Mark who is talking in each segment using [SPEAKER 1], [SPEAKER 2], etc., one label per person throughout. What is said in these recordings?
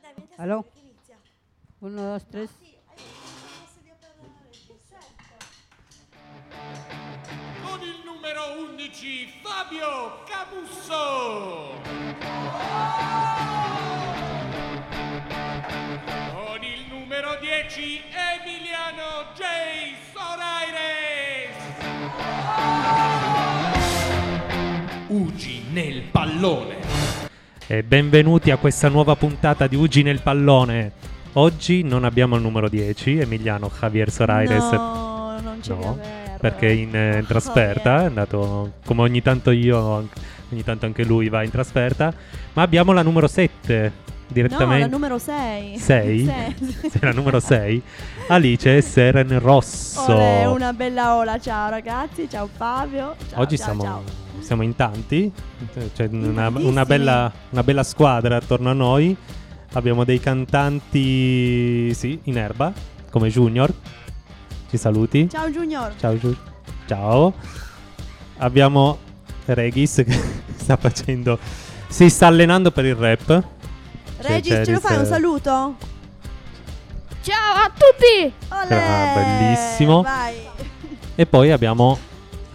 [SPEAKER 1] Dai, mentre
[SPEAKER 2] Allo?
[SPEAKER 1] aspetta che inizia. Ah,
[SPEAKER 2] Uno, dos, tres.
[SPEAKER 1] sì, adesso posso di parlare. Perfetto.
[SPEAKER 3] con il numero 11 Fabio Camusso. Con il numero 10 Emiliano J. Soraires. Ugi nel pallone.
[SPEAKER 4] E benvenuti a questa nuova puntata di Ugi nel pallone. Oggi non abbiamo il numero 10, Emiliano Javier Soraires.
[SPEAKER 1] No, non ce
[SPEAKER 4] No,
[SPEAKER 1] l'ho aver.
[SPEAKER 4] Perché è in, eh, in trasferta è andato come ogni tanto io, anche- ogni tanto anche lui va in trasferta. Ma abbiamo la numero 7
[SPEAKER 1] No, la
[SPEAKER 4] direttamente.
[SPEAKER 1] numero 6.
[SPEAKER 4] 6? la numero 6. Alice Seren Rosso.
[SPEAKER 1] Olè, una bella ola. Ciao ragazzi, ciao Fabio. Ciao,
[SPEAKER 4] Oggi
[SPEAKER 1] ciao,
[SPEAKER 4] siamo,
[SPEAKER 1] ciao.
[SPEAKER 4] siamo in tanti, c'è una,
[SPEAKER 1] tantissimi.
[SPEAKER 4] una bella, una bella squadra attorno a noi. Abbiamo dei cantanti sì, in erba, come Junior. Ci saluti.
[SPEAKER 1] Ciao Junior.
[SPEAKER 4] Ciao. Giu- Ciao. Abbiamo Regis che sta facendo... Si sta allenando per il rap.
[SPEAKER 1] Regis,
[SPEAKER 4] c'è
[SPEAKER 1] ce lo fai un
[SPEAKER 4] Regis, eh.
[SPEAKER 1] saluto?
[SPEAKER 5] Ciao a tutti!
[SPEAKER 1] Olè,
[SPEAKER 4] Ah, bellissimo.
[SPEAKER 1] Vai.
[SPEAKER 4] E poi abbiamo...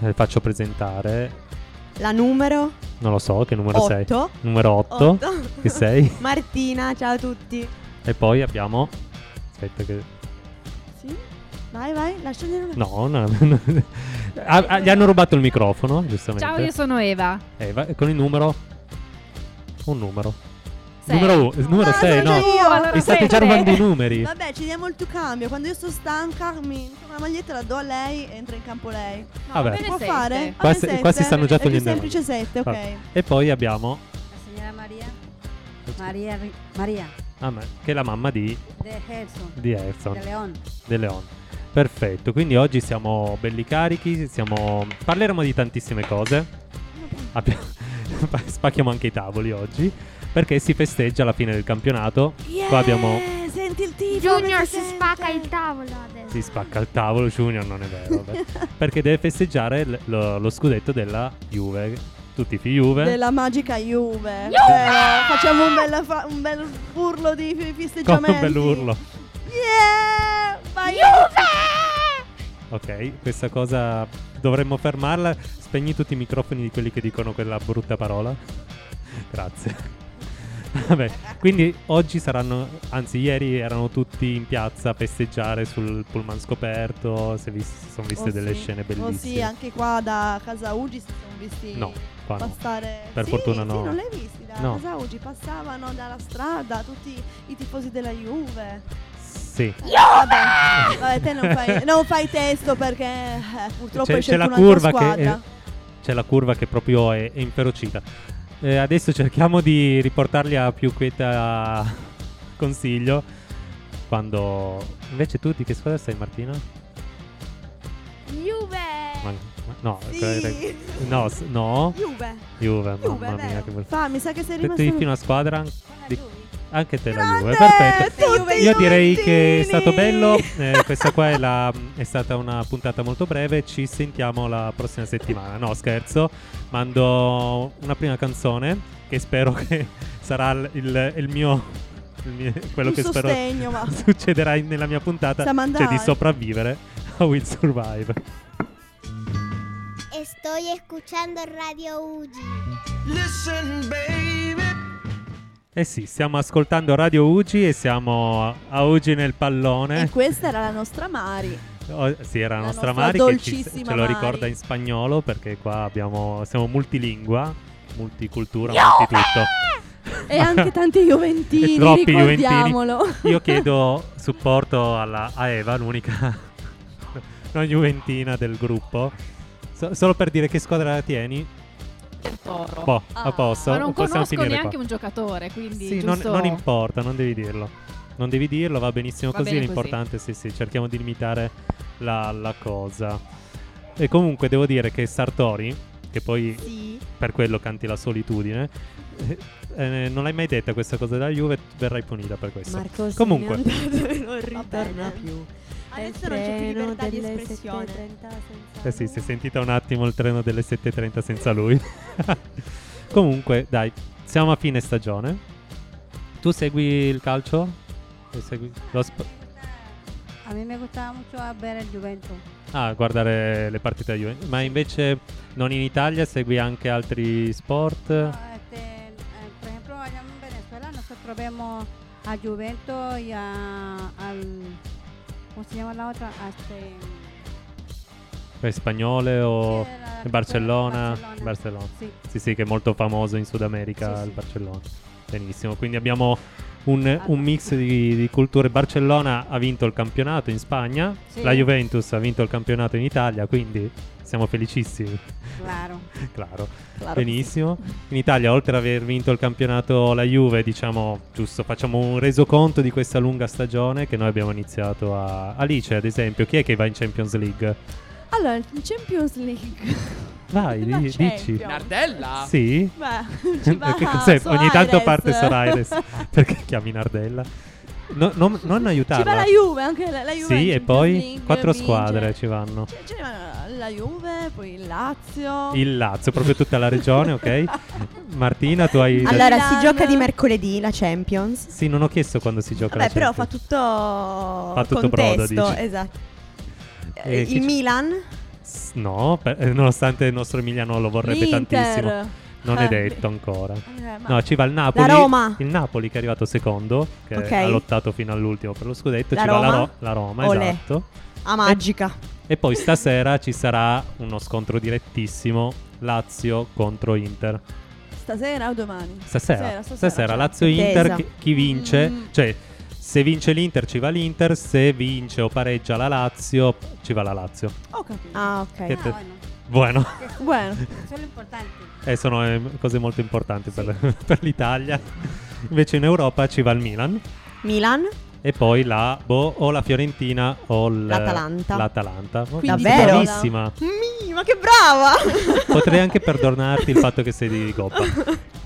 [SPEAKER 4] eh, faccio presentare...
[SPEAKER 6] La numero
[SPEAKER 4] Non lo so che numero sei.
[SPEAKER 6] 8.
[SPEAKER 4] Numero 8. Che sei?
[SPEAKER 6] Martina, ciao a tutti.
[SPEAKER 4] E poi abbiamo... Aspetta che...
[SPEAKER 1] Sì? Vai, vai, lasciami una.
[SPEAKER 4] No, no, no. Ah, ah, gli hanno rubato il microfono, giustamente.
[SPEAKER 5] Ciao, io sono Eva.
[SPEAKER 4] Eh, va- con il numero... Un numero.
[SPEAKER 5] Sei.
[SPEAKER 4] Numero 6, numero
[SPEAKER 1] Ah,
[SPEAKER 4] sei,
[SPEAKER 1] sono
[SPEAKER 4] no.
[SPEAKER 1] io.
[SPEAKER 5] allora
[SPEAKER 4] Mi state già
[SPEAKER 5] sette.
[SPEAKER 4] rubando i numeri.
[SPEAKER 1] Vabbè, ci diamo il tuo cambio. Quando io sto stanca, mi compro la maglietta, la do a lei e entra in campo lei.
[SPEAKER 5] No,
[SPEAKER 4] Vabbè.
[SPEAKER 5] bene
[SPEAKER 1] Può
[SPEAKER 5] sette.
[SPEAKER 1] fare?
[SPEAKER 4] Qua
[SPEAKER 1] Ah,
[SPEAKER 4] si-
[SPEAKER 1] sette?
[SPEAKER 4] qua si stanno già
[SPEAKER 1] È più
[SPEAKER 4] togliendo.
[SPEAKER 1] semplice 7,
[SPEAKER 4] Va-
[SPEAKER 1] ok.
[SPEAKER 4] E poi abbiamo...
[SPEAKER 7] La signora María. María, Ri- María,
[SPEAKER 4] ah, ma- che è la mamma di,
[SPEAKER 7] de Gerson,
[SPEAKER 4] di Edson,
[SPEAKER 7] de León.
[SPEAKER 4] De Leon. Perfetto, quindi oggi siamo belli carichi, siamo... parleremo di tantissime cose. Abbia- Spacchiamo anche i tavoli oggi, perché si festeggia la fine del campionato. Qua abbiamo...
[SPEAKER 1] Senti il tifo.
[SPEAKER 5] Junior
[SPEAKER 1] che
[SPEAKER 5] si
[SPEAKER 1] sente.
[SPEAKER 5] spacca il tavolo adesso.
[SPEAKER 4] Si spacca il tavolo, Junior non è vero. vabbè. Perché deve festeggiare l- lo, lo scudetto della Juve. Tutti i Juve.
[SPEAKER 1] Della magica Juve.
[SPEAKER 5] Juve!
[SPEAKER 1] Eh, facciamo un bel, fa- un bel urlo di
[SPEAKER 4] con
[SPEAKER 1] fi- festeggiamenti.
[SPEAKER 4] un bell'urlo.
[SPEAKER 1] Yeah! Vai
[SPEAKER 5] Juve!
[SPEAKER 4] Ok, questa cosa dovremmo fermarla. Spegni tutti i microfoni di quelli che dicono quella brutta parola. Grazie. Vabbè, quindi oggi saranno, anzi ieri erano tutti in piazza a festeggiare sul pullman scoperto, si, è vis- si sono viste
[SPEAKER 1] Oh,
[SPEAKER 4] delle
[SPEAKER 1] sì.
[SPEAKER 4] scene
[SPEAKER 1] Oh
[SPEAKER 4] bellissime.
[SPEAKER 1] sì, anche qua da casa Ugi si sono visti
[SPEAKER 4] No, qua no.
[SPEAKER 1] passare.
[SPEAKER 4] Per
[SPEAKER 1] Sì,
[SPEAKER 4] fortuna
[SPEAKER 1] sì,
[SPEAKER 4] no.
[SPEAKER 1] non l'hai visti da
[SPEAKER 4] No.
[SPEAKER 1] casa Ugi, passavano dalla strada tutti i tifosi della Juve.
[SPEAKER 4] Sì. Eh.
[SPEAKER 1] Vabbè, vabbè, te non fai, non fai testo perché eh, purtroppo
[SPEAKER 4] c'è,
[SPEAKER 1] hai
[SPEAKER 4] c'è
[SPEAKER 1] scelto
[SPEAKER 4] la
[SPEAKER 1] un'altra
[SPEAKER 4] curva che
[SPEAKER 1] squadra.
[SPEAKER 4] eh, c'è la curva che proprio è, è inferocita. Eh, adesso cerchiamo di riportarli a più quieta consiglio. Quando invece tu di che squadra sei Martina? Ma-
[SPEAKER 5] Juve!
[SPEAKER 4] ma- no,
[SPEAKER 1] Sì.
[SPEAKER 4] eh, no, s- no,
[SPEAKER 1] Juve.
[SPEAKER 4] Juve,
[SPEAKER 1] Juve,
[SPEAKER 4] mamma
[SPEAKER 1] vero.
[SPEAKER 4] mia che brutto.
[SPEAKER 1] Fa, mi sa che
[SPEAKER 4] Se
[SPEAKER 1] sei
[SPEAKER 4] tu
[SPEAKER 1] rimasto
[SPEAKER 4] tifi una squadra di- anche te la Juve,
[SPEAKER 1] Grande,
[SPEAKER 4] perfetto.
[SPEAKER 1] tutti
[SPEAKER 4] Io direi
[SPEAKER 1] giuntini.
[SPEAKER 4] che è stato bello, eh, questa qua è, la- è stata una puntata molto breve, ci sentiamo la prossima settimana. No, scherzo, mando una prima canzone che spero che sarà il, il- il mio, il mio- quello
[SPEAKER 1] Un
[SPEAKER 4] che spero
[SPEAKER 1] sostegno, ma-
[SPEAKER 4] succederà in- nella mia puntata,
[SPEAKER 1] Sa
[SPEAKER 4] cioè
[SPEAKER 1] mandare.
[SPEAKER 4] di sopravvivere a Will Survive.
[SPEAKER 8] Estoy escuchando Radio Uji.
[SPEAKER 4] Eh sì, stiamo ascoltando Radio Ugi e siamo a Ugi nel pallone.
[SPEAKER 1] E questa era la nostra Mari.
[SPEAKER 4] Oh, sì, era la
[SPEAKER 1] La
[SPEAKER 4] nostra,
[SPEAKER 1] nostra
[SPEAKER 4] Mari che ci-
[SPEAKER 1] dolcissima
[SPEAKER 4] ce lo
[SPEAKER 1] Mari.
[SPEAKER 4] ricorda in spagnolo perché qua abbiamo, siamo multilingua, multicultura, multitutto.
[SPEAKER 1] E anche tanti Juventini,
[SPEAKER 4] E troppi
[SPEAKER 1] ricordiamolo.
[SPEAKER 4] Juventini. Io chiedo supporto alla, a Eva, l'unica non Juventina del gruppo. So- solo per dire che squadra tieni.
[SPEAKER 5] Toro.
[SPEAKER 4] Boh, a
[SPEAKER 1] Ah.
[SPEAKER 4] posto.
[SPEAKER 5] Ma non
[SPEAKER 4] possiamo
[SPEAKER 5] conosco
[SPEAKER 4] finire
[SPEAKER 5] neanche
[SPEAKER 4] qua.
[SPEAKER 5] un giocatore, quindi
[SPEAKER 4] Sì, non,
[SPEAKER 5] giusto...
[SPEAKER 4] non importa, non devi dirlo. Non devi dirlo, va benissimo
[SPEAKER 5] Va
[SPEAKER 4] così.
[SPEAKER 5] bene
[SPEAKER 4] l'importante, sì, sì, cerchiamo di limitare la, la cosa. E comunque devo dire che Sartori, che poi
[SPEAKER 1] Sì.
[SPEAKER 4] per quello canti la solitudine, eh, eh, non l'hai mai detta questa cosa della Juve, verrai punita per questo.
[SPEAKER 6] Marco
[SPEAKER 4] Comunque.
[SPEAKER 6] se n'è andato e non
[SPEAKER 1] Vabbè.
[SPEAKER 6] ritorna più.
[SPEAKER 7] Ah,
[SPEAKER 1] Adesso non c'è più libertà di espressione.
[SPEAKER 4] Eh sì, si è sentita un attimo il treno delle 7.30 senza lui. Comunque, dai, siamo a fine stagione. tu segui il calcio? Lo segui- lo sp-
[SPEAKER 7] A mí me gustaba mucho ver el Juventus.
[SPEAKER 4] ah, guardare le partite della Juventus. Ma invece non in Italia, segui anche altri sport?
[SPEAKER 7] No, este, eh, por ejemplo, allá en Venezuela nosotros vemos a Juventus y a, al, ¿cómo se llama la otra? A este,
[SPEAKER 4] Eh, Spagnole o
[SPEAKER 7] sí, de la-
[SPEAKER 4] Barcellona?
[SPEAKER 7] Oh, Barcelona.
[SPEAKER 4] Barcellona.
[SPEAKER 7] Sí.
[SPEAKER 4] Sì, sì, che è molto famoso in Sud America
[SPEAKER 7] Sì,
[SPEAKER 4] il
[SPEAKER 7] sì.
[SPEAKER 4] Barcellona. Benissimo, quindi abbiamo un, un mix di, di culture. Barcellona ha vinto il campionato in Spagna,
[SPEAKER 7] Sì.
[SPEAKER 4] la Juventus ha vinto il campionato in Italia, quindi siamo felicissimi,
[SPEAKER 7] Claro.
[SPEAKER 4] claro. Benissimo. In Italia, oltre ad aver vinto il campionato la Juve, diciamo, giusto, facciamo un resoconto di questa lunga stagione che noi abbiamo iniziato a... Alice, ad esempio, chi è che va in Champions League?
[SPEAKER 1] Allora, in Champions League.
[SPEAKER 4] Vai,
[SPEAKER 1] La
[SPEAKER 4] di- dici.
[SPEAKER 1] Champions.
[SPEAKER 2] Nardella?
[SPEAKER 4] Sì?
[SPEAKER 1] Beh, ci va
[SPEAKER 4] Perché cos'è? Ogni tanto
[SPEAKER 1] Soares.
[SPEAKER 4] parte Soraires. perché chiami Nardella? No, non, non
[SPEAKER 1] Ci va
[SPEAKER 4] aiutarla.
[SPEAKER 1] la Juve, anche la, la Juve. in
[SPEAKER 4] sì, e
[SPEAKER 1] Champions
[SPEAKER 4] poi
[SPEAKER 1] League
[SPEAKER 4] quattro
[SPEAKER 1] vince.
[SPEAKER 4] squadre ci vanno.
[SPEAKER 1] C'è, c'è la- la Juve, poi il Lazio.
[SPEAKER 4] Il Lazio, proprio tutta la regione, ok? Martina, tu hai...
[SPEAKER 1] Alla-
[SPEAKER 6] Allora, si
[SPEAKER 1] Milan.
[SPEAKER 6] gioca di mercoledì la Champions.
[SPEAKER 4] Sì, non ho chiesto quando si gioca
[SPEAKER 6] Vabbè,
[SPEAKER 4] la
[SPEAKER 6] però fa
[SPEAKER 4] Champions.
[SPEAKER 6] tutto fa
[SPEAKER 4] tutto brodo,
[SPEAKER 6] contesto,
[SPEAKER 4] dici.
[SPEAKER 6] esatto.
[SPEAKER 4] E
[SPEAKER 6] Eh,
[SPEAKER 4] chi
[SPEAKER 6] il
[SPEAKER 4] c'è?
[SPEAKER 6] Milan,
[SPEAKER 4] S- No, per- eh, nonostante il nostro Emiliano lo vorrebbe tantissimo. Non è detto ancora.
[SPEAKER 1] Eh,
[SPEAKER 4] No, ci va il Napoli.
[SPEAKER 6] Ah. Roma.
[SPEAKER 4] Il Napoli che è arrivato secondo, che
[SPEAKER 6] Ok.
[SPEAKER 4] ha lottato fino all'ultimo per lo scudetto.
[SPEAKER 6] La
[SPEAKER 4] ci va la,
[SPEAKER 6] Roma?
[SPEAKER 4] Ro- la Roma,
[SPEAKER 6] Olè.
[SPEAKER 4] esatto.
[SPEAKER 6] a Magica.
[SPEAKER 4] E poi stasera ci sarà uno scontro direttissimo Lazio contro Inter.
[SPEAKER 1] Stasera o domani?
[SPEAKER 4] Stasera,
[SPEAKER 1] Stasera,
[SPEAKER 4] stasera,
[SPEAKER 1] stasera, certo.
[SPEAKER 4] Lazio-Inter,
[SPEAKER 6] Tesa.
[SPEAKER 4] chi, chi vince?
[SPEAKER 1] Mm.
[SPEAKER 4] Cioè, se vince l'Inter ci va l'Inter, se vince o pareggia la Lazio ci va la Lazio.
[SPEAKER 1] Ho capito.
[SPEAKER 6] Ah,
[SPEAKER 4] Che
[SPEAKER 6] ok.
[SPEAKER 4] te-
[SPEAKER 7] Ah, bueno,
[SPEAKER 4] Buono,
[SPEAKER 7] que eso,
[SPEAKER 1] Bueno.
[SPEAKER 7] eso es lo importante.
[SPEAKER 4] eh, sono eh, cose molto importanti per, per l'Italia. Invece in Europa ci va il Milan
[SPEAKER 6] Milan,
[SPEAKER 4] e poi la, boh, o la Fiorentina o il-
[SPEAKER 6] L'Atalanta.
[SPEAKER 4] l'Atalanta. Oh,
[SPEAKER 1] Quindi
[SPEAKER 6] Davvero?
[SPEAKER 4] Bravissima.
[SPEAKER 6] Mi, ma che brava!
[SPEAKER 4] Potrei anche perdonarti il fatto che sei di coppa.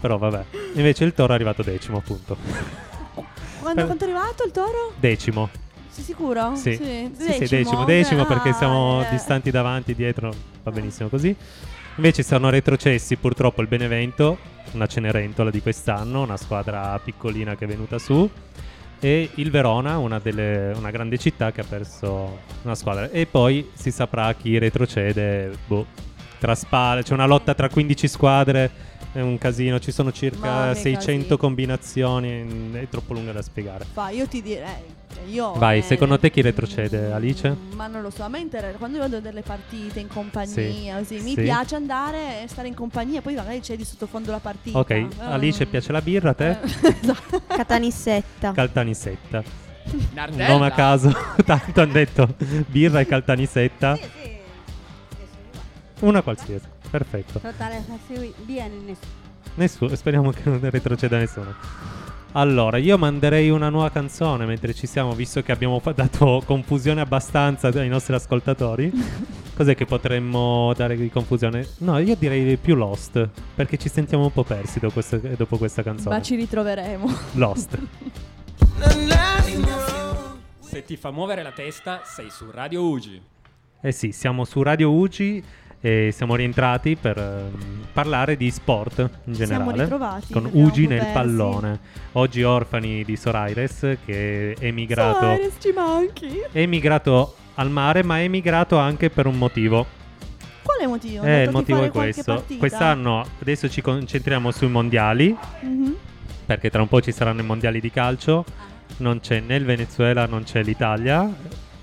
[SPEAKER 4] Però vabbè. Invece il toro è arrivato decimo, appunto.
[SPEAKER 1] Quando,
[SPEAKER 4] Per-
[SPEAKER 1] quanto è arrivato il toro?
[SPEAKER 4] Decimo.
[SPEAKER 1] Sei sicuro?
[SPEAKER 4] Sì.
[SPEAKER 1] Oh, Sì,
[SPEAKER 4] Sì, sì, decimo, decimo perché
[SPEAKER 1] Ah,
[SPEAKER 4] siamo
[SPEAKER 1] eh.
[SPEAKER 4] distanti davanti, dietro, va benissimo così. Invece sono retrocessi purtroppo il Benevento, una Cenerentola di quest'anno, una squadra piccolina che è venuta su. E il Verona, una, delle- una grande città che ha perso una squadra. E poi si saprà chi retrocede. Boh, tra spalle, c'è una lotta tra 15 squadre. È un casino, ci sono
[SPEAKER 1] Ma
[SPEAKER 4] circa
[SPEAKER 1] che
[SPEAKER 4] 600
[SPEAKER 1] casino.
[SPEAKER 4] combinazioni. mm, È troppo lunga da spiegare.
[SPEAKER 1] Fa, io ti direi. cioè, Io,
[SPEAKER 4] Vai,
[SPEAKER 1] eh,
[SPEAKER 4] secondo te chi retrocede,
[SPEAKER 1] mm,
[SPEAKER 4] Alice?
[SPEAKER 1] Ma non lo so, a me inter- quando io vedo delle partite in compagnia, così, mi
[SPEAKER 4] Sì.
[SPEAKER 1] piace andare e stare in compagnia, poi magari c'è di sottofondo la partita.
[SPEAKER 4] Ok,
[SPEAKER 1] Eh,
[SPEAKER 4] Alice piace la birra, a te?
[SPEAKER 1] eh, esatto.
[SPEAKER 6] Catanissetta.
[SPEAKER 4] Caltanissetta.
[SPEAKER 2] Nardella?
[SPEAKER 4] Non a caso, tanto hanno detto birra e caltanissetta.
[SPEAKER 7] Sí, sí. Eso igual.
[SPEAKER 4] Una qualsiasi. Perfetto.
[SPEAKER 7] Total, es así bien en eso.
[SPEAKER 4] Nessuno, speriamo che non retroceda nessuno. Allora, io manderei una nuova canzone mentre ci siamo, visto che abbiamo fa- dato confusione abbastanza ai nostri ascoltatori. Cos'è che potremmo dare di confusione? No, io direi più Lost, perché ci sentiamo un po' persi dopo questa, dopo questa canzone.
[SPEAKER 1] Ma ci ritroveremo.
[SPEAKER 4] Lost.
[SPEAKER 2] Se ti fa muovere la testa, sei su Radio Ugi.
[SPEAKER 4] Eh sì, siamo su Radio UCI e siamo rientrati per ehm, parlare di sport in generale.
[SPEAKER 1] siamo ritrovati.
[SPEAKER 4] con
[SPEAKER 1] li abbiamo
[SPEAKER 4] Ugi nel
[SPEAKER 1] persi.
[SPEAKER 4] pallone. Oggi orfani di Soraires che è emigrato,
[SPEAKER 1] Suarez, ci manchi.
[SPEAKER 4] è emigrato al mare, ma è emigrato anche per un motivo.
[SPEAKER 1] Qual è il motivo?
[SPEAKER 4] Eh,
[SPEAKER 1] Hanno
[SPEAKER 4] il
[SPEAKER 1] detto di
[SPEAKER 4] motivo è
[SPEAKER 1] fare qualche
[SPEAKER 4] questo.
[SPEAKER 1] partita?
[SPEAKER 4] Quest'anno adesso ci concentriamo sui mondiali,
[SPEAKER 1] Mhm.
[SPEAKER 4] perché tra un po' ci saranno i mondiali di calcio.
[SPEAKER 1] Ah.
[SPEAKER 4] Non c'è né il Venezuela, non c'è l'Italia.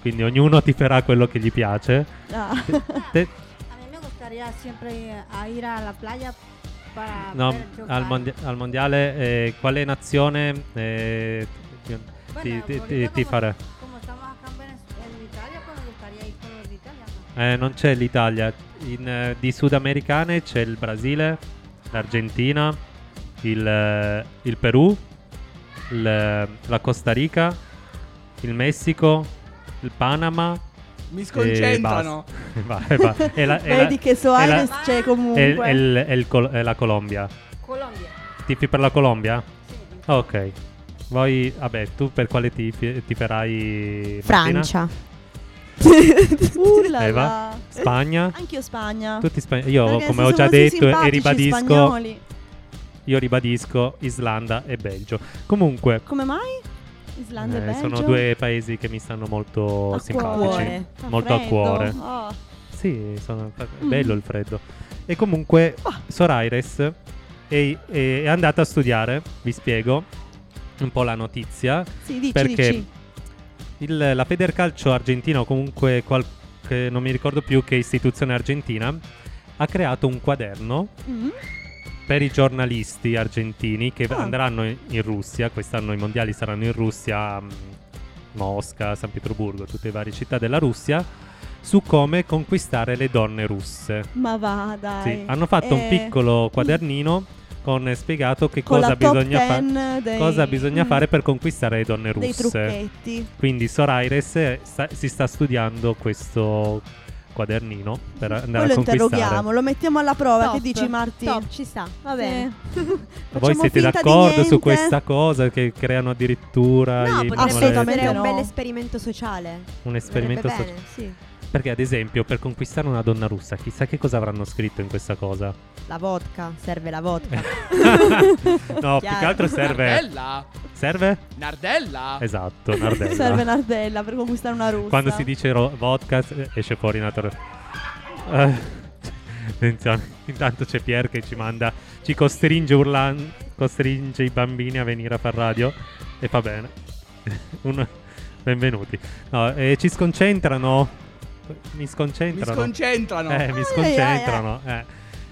[SPEAKER 4] Quindi ognuno ti farà quello che gli piace.
[SPEAKER 1] Ah.
[SPEAKER 4] Te-
[SPEAKER 7] A mí me gustaría siempre a ir a la playa
[SPEAKER 1] Ah,
[SPEAKER 7] para
[SPEAKER 4] No,
[SPEAKER 7] ver jugar.
[SPEAKER 4] al, mondia- al mondiale eh, quale nazione eh, ti, ti-
[SPEAKER 7] Bueno,
[SPEAKER 4] ti-
[SPEAKER 7] ahorita
[SPEAKER 4] ti- ti
[SPEAKER 7] como-
[SPEAKER 4] farà?
[SPEAKER 7] Como estamos acá en, Venez- en Italia, pues me gustaría ir con los de Italia. ¿no?
[SPEAKER 4] Eh, non c'è l'Italia, In, eh, di sudamericane c'è il Brasile, l'Argentina, il, eh, il Perù, il, eh, la Costa Rica, il Messico, il Panama.
[SPEAKER 2] Mi
[SPEAKER 4] sconcentrano. Va- e Eh, va- e la- e la-
[SPEAKER 1] Vedi che
[SPEAKER 4] e
[SPEAKER 1] Soares
[SPEAKER 4] la-
[SPEAKER 1] c'è
[SPEAKER 4] e il-
[SPEAKER 1] comunque.
[SPEAKER 4] e il- e il Col- e la Colombia.
[SPEAKER 7] Colombia.
[SPEAKER 4] Tifi per la Colombia?
[SPEAKER 7] Sí.
[SPEAKER 4] Ok. Voi, vabbè, tu per quale tifi, tiferai? Martina?
[SPEAKER 6] Francia.
[SPEAKER 1] Uh la
[SPEAKER 4] Eva?
[SPEAKER 1] la.
[SPEAKER 4] eh, Spagna?
[SPEAKER 1] Anch'io Spagna.
[SPEAKER 4] Tutti spagn- Io,
[SPEAKER 1] Perché
[SPEAKER 4] come
[SPEAKER 1] si
[SPEAKER 4] ho già
[SPEAKER 1] sono così
[SPEAKER 4] detto e
[SPEAKER 1] simpatici
[SPEAKER 4] ribadisco,
[SPEAKER 1] spagnoli.
[SPEAKER 4] Io ribadisco Islanda e Belgio. Comunque,
[SPEAKER 6] Come mai? Islanda
[SPEAKER 4] eh,
[SPEAKER 6] e Belgio.
[SPEAKER 4] sono due paesi che mi stanno molto
[SPEAKER 6] A
[SPEAKER 4] simpatici.
[SPEAKER 6] cuore. Fa
[SPEAKER 4] Molto a
[SPEAKER 6] freddo.
[SPEAKER 4] cuore.
[SPEAKER 6] Oh.
[SPEAKER 4] Sì, sono- fa- è
[SPEAKER 6] Mm. Ah.
[SPEAKER 4] bello il freddo. E comunque Soraires è, è- è andata a studiare, vi spiego un po' la notizia,
[SPEAKER 6] Sì, dici,
[SPEAKER 4] perché
[SPEAKER 6] dici.
[SPEAKER 4] il- la Federcalcio argentina o comunque qualche, non mi ricordo più che istituzione argentina ha creato un quaderno
[SPEAKER 6] Mm.
[SPEAKER 4] per i giornalisti argentini che
[SPEAKER 6] Ah.
[SPEAKER 4] andranno in, in Russia, quest'anno i mondiali saranno in Russia, mh, Mosca, San Pietroburgo, tutte le varie città della Russia, su come conquistare le donne russe.
[SPEAKER 6] Ma va, dai.
[SPEAKER 4] Sì, hanno fatto un
[SPEAKER 6] Eh,
[SPEAKER 4] piccolo quadernino con eh, spiegato che
[SPEAKER 6] con
[SPEAKER 4] cosa
[SPEAKER 6] la top
[SPEAKER 4] bisogna, fa-
[SPEAKER 6] 10 dei-
[SPEAKER 4] cosa bisogna
[SPEAKER 6] mm,
[SPEAKER 4] fare per conquistare le donne
[SPEAKER 6] Dei
[SPEAKER 4] russe.
[SPEAKER 6] trucchetti.
[SPEAKER 4] Quindi Soraires eh, sta- si sta studiando questo quadernino per
[SPEAKER 1] Poi
[SPEAKER 4] andare
[SPEAKER 1] lo
[SPEAKER 4] a conquistare.
[SPEAKER 1] interroghiamo, lo mettiamo alla prova.
[SPEAKER 6] Top,
[SPEAKER 1] Che dici, Marti?
[SPEAKER 6] Top, ci sta. Va bene.
[SPEAKER 4] Voi
[SPEAKER 1] Facciamo
[SPEAKER 4] siete
[SPEAKER 1] finta di
[SPEAKER 4] d'accordo su
[SPEAKER 1] niente?
[SPEAKER 4] questa cosa che creano addirittura
[SPEAKER 6] No,
[SPEAKER 4] gli
[SPEAKER 6] potrebbe
[SPEAKER 1] assolutamente
[SPEAKER 6] essere un
[SPEAKER 1] no.
[SPEAKER 6] bel esperimento sociale.
[SPEAKER 4] un esperimento
[SPEAKER 6] Verrebbe
[SPEAKER 4] so-
[SPEAKER 6] bene, sì.
[SPEAKER 4] perché ad esempio per conquistare una donna russa chissà che cosa avranno scritto in questa cosa
[SPEAKER 6] La vodka, serve la vodka.
[SPEAKER 4] no più che altro serve
[SPEAKER 3] Nardella!
[SPEAKER 4] serve
[SPEAKER 3] Nardella!
[SPEAKER 4] esatto Nardella
[SPEAKER 1] Serve Nardella per conquistare una russa.
[SPEAKER 4] quando si dice ro- vodka eh, esce fuori una torre Eh, attenzione intanto c'è Pier che ci manda ci costringe urlan- costringe i bambini a venire a far radio e fa bene Un- benvenuti No, eh, ci sconcentrano mi
[SPEAKER 3] Mi
[SPEAKER 4] sconcentrano
[SPEAKER 3] sconcentrano!
[SPEAKER 4] eh, mi sconcentrano eh.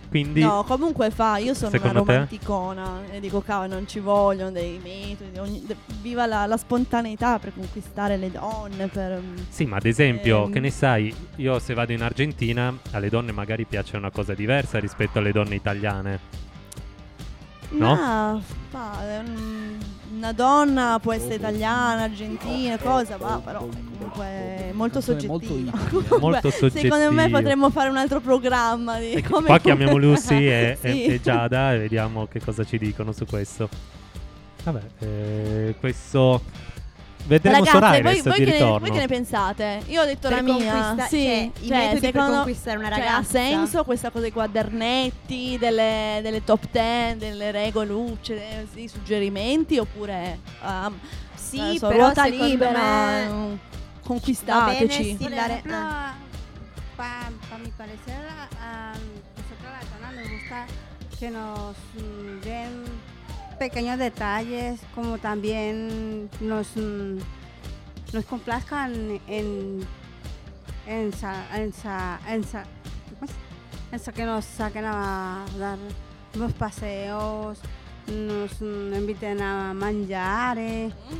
[SPEAKER 4] quindi
[SPEAKER 1] No, comunque fa, io sono
[SPEAKER 4] Secondo
[SPEAKER 1] una
[SPEAKER 4] te?
[SPEAKER 1] romanticona e dico cavolo, non ci vogliono dei metodi, ogni- de- viva la, la spontaneità per conquistare le donne, per... mm,
[SPEAKER 4] Sì, ma ad esempio,
[SPEAKER 1] Ehm.
[SPEAKER 4] che ne sai, io se vado in Argentina, alle donne magari piace una cosa diversa rispetto alle donne italiane. No?
[SPEAKER 1] Ma, fa, è un- una donna può essere italiana, argentina, cosa, ma però è comunque molto
[SPEAKER 3] Canzone molto
[SPEAKER 1] soggettiva.
[SPEAKER 3] intima.
[SPEAKER 1] Comunque,
[SPEAKER 4] Molto
[SPEAKER 1] Secondo me
[SPEAKER 4] soggettivo.
[SPEAKER 1] potremmo fare un altro programma di
[SPEAKER 4] E
[SPEAKER 1] come
[SPEAKER 4] Ecco, qua chiamiamo Lucy e,
[SPEAKER 1] Sì.
[SPEAKER 4] e- e Giada e vediamo che cosa ci dicono su questo. Vabbè, eh, questo... Vedremo
[SPEAKER 1] Ragazze, voi,
[SPEAKER 4] Soraires di
[SPEAKER 1] voi che ne, voi
[SPEAKER 4] ritorno.
[SPEAKER 1] che ne pensate? Io ho detto
[SPEAKER 6] Per
[SPEAKER 1] la mia.
[SPEAKER 6] conquista-
[SPEAKER 1] Sì,
[SPEAKER 6] cioè, i metodi per conquistare una
[SPEAKER 1] cioè, ha
[SPEAKER 6] ragazza.
[SPEAKER 1] senso questa cosa dei quadernetti, delle, delle top ten, delle regolucce, dei- dei suggerimenti oppure um,
[SPEAKER 6] Sì,
[SPEAKER 1] non so,
[SPEAKER 6] però
[SPEAKER 1] ruota
[SPEAKER 6] secondo
[SPEAKER 1] libera.
[SPEAKER 6] me-
[SPEAKER 1] mm, Conquistateci.
[SPEAKER 6] sì.
[SPEAKER 7] Por
[SPEAKER 6] Hilare-
[SPEAKER 7] ejemplo,
[SPEAKER 6] ah.
[SPEAKER 7] pa- pa' mi parecer, ah, pues a nosotros las personas nos gusta que nos mm, den pequeños detalles, como también nos, mm, nos complazcan en, en, sa- en, sa- en sa- ¿cómo es? en sa- que nos saquen a dar unos paseos, nos mm, inviten a manjar.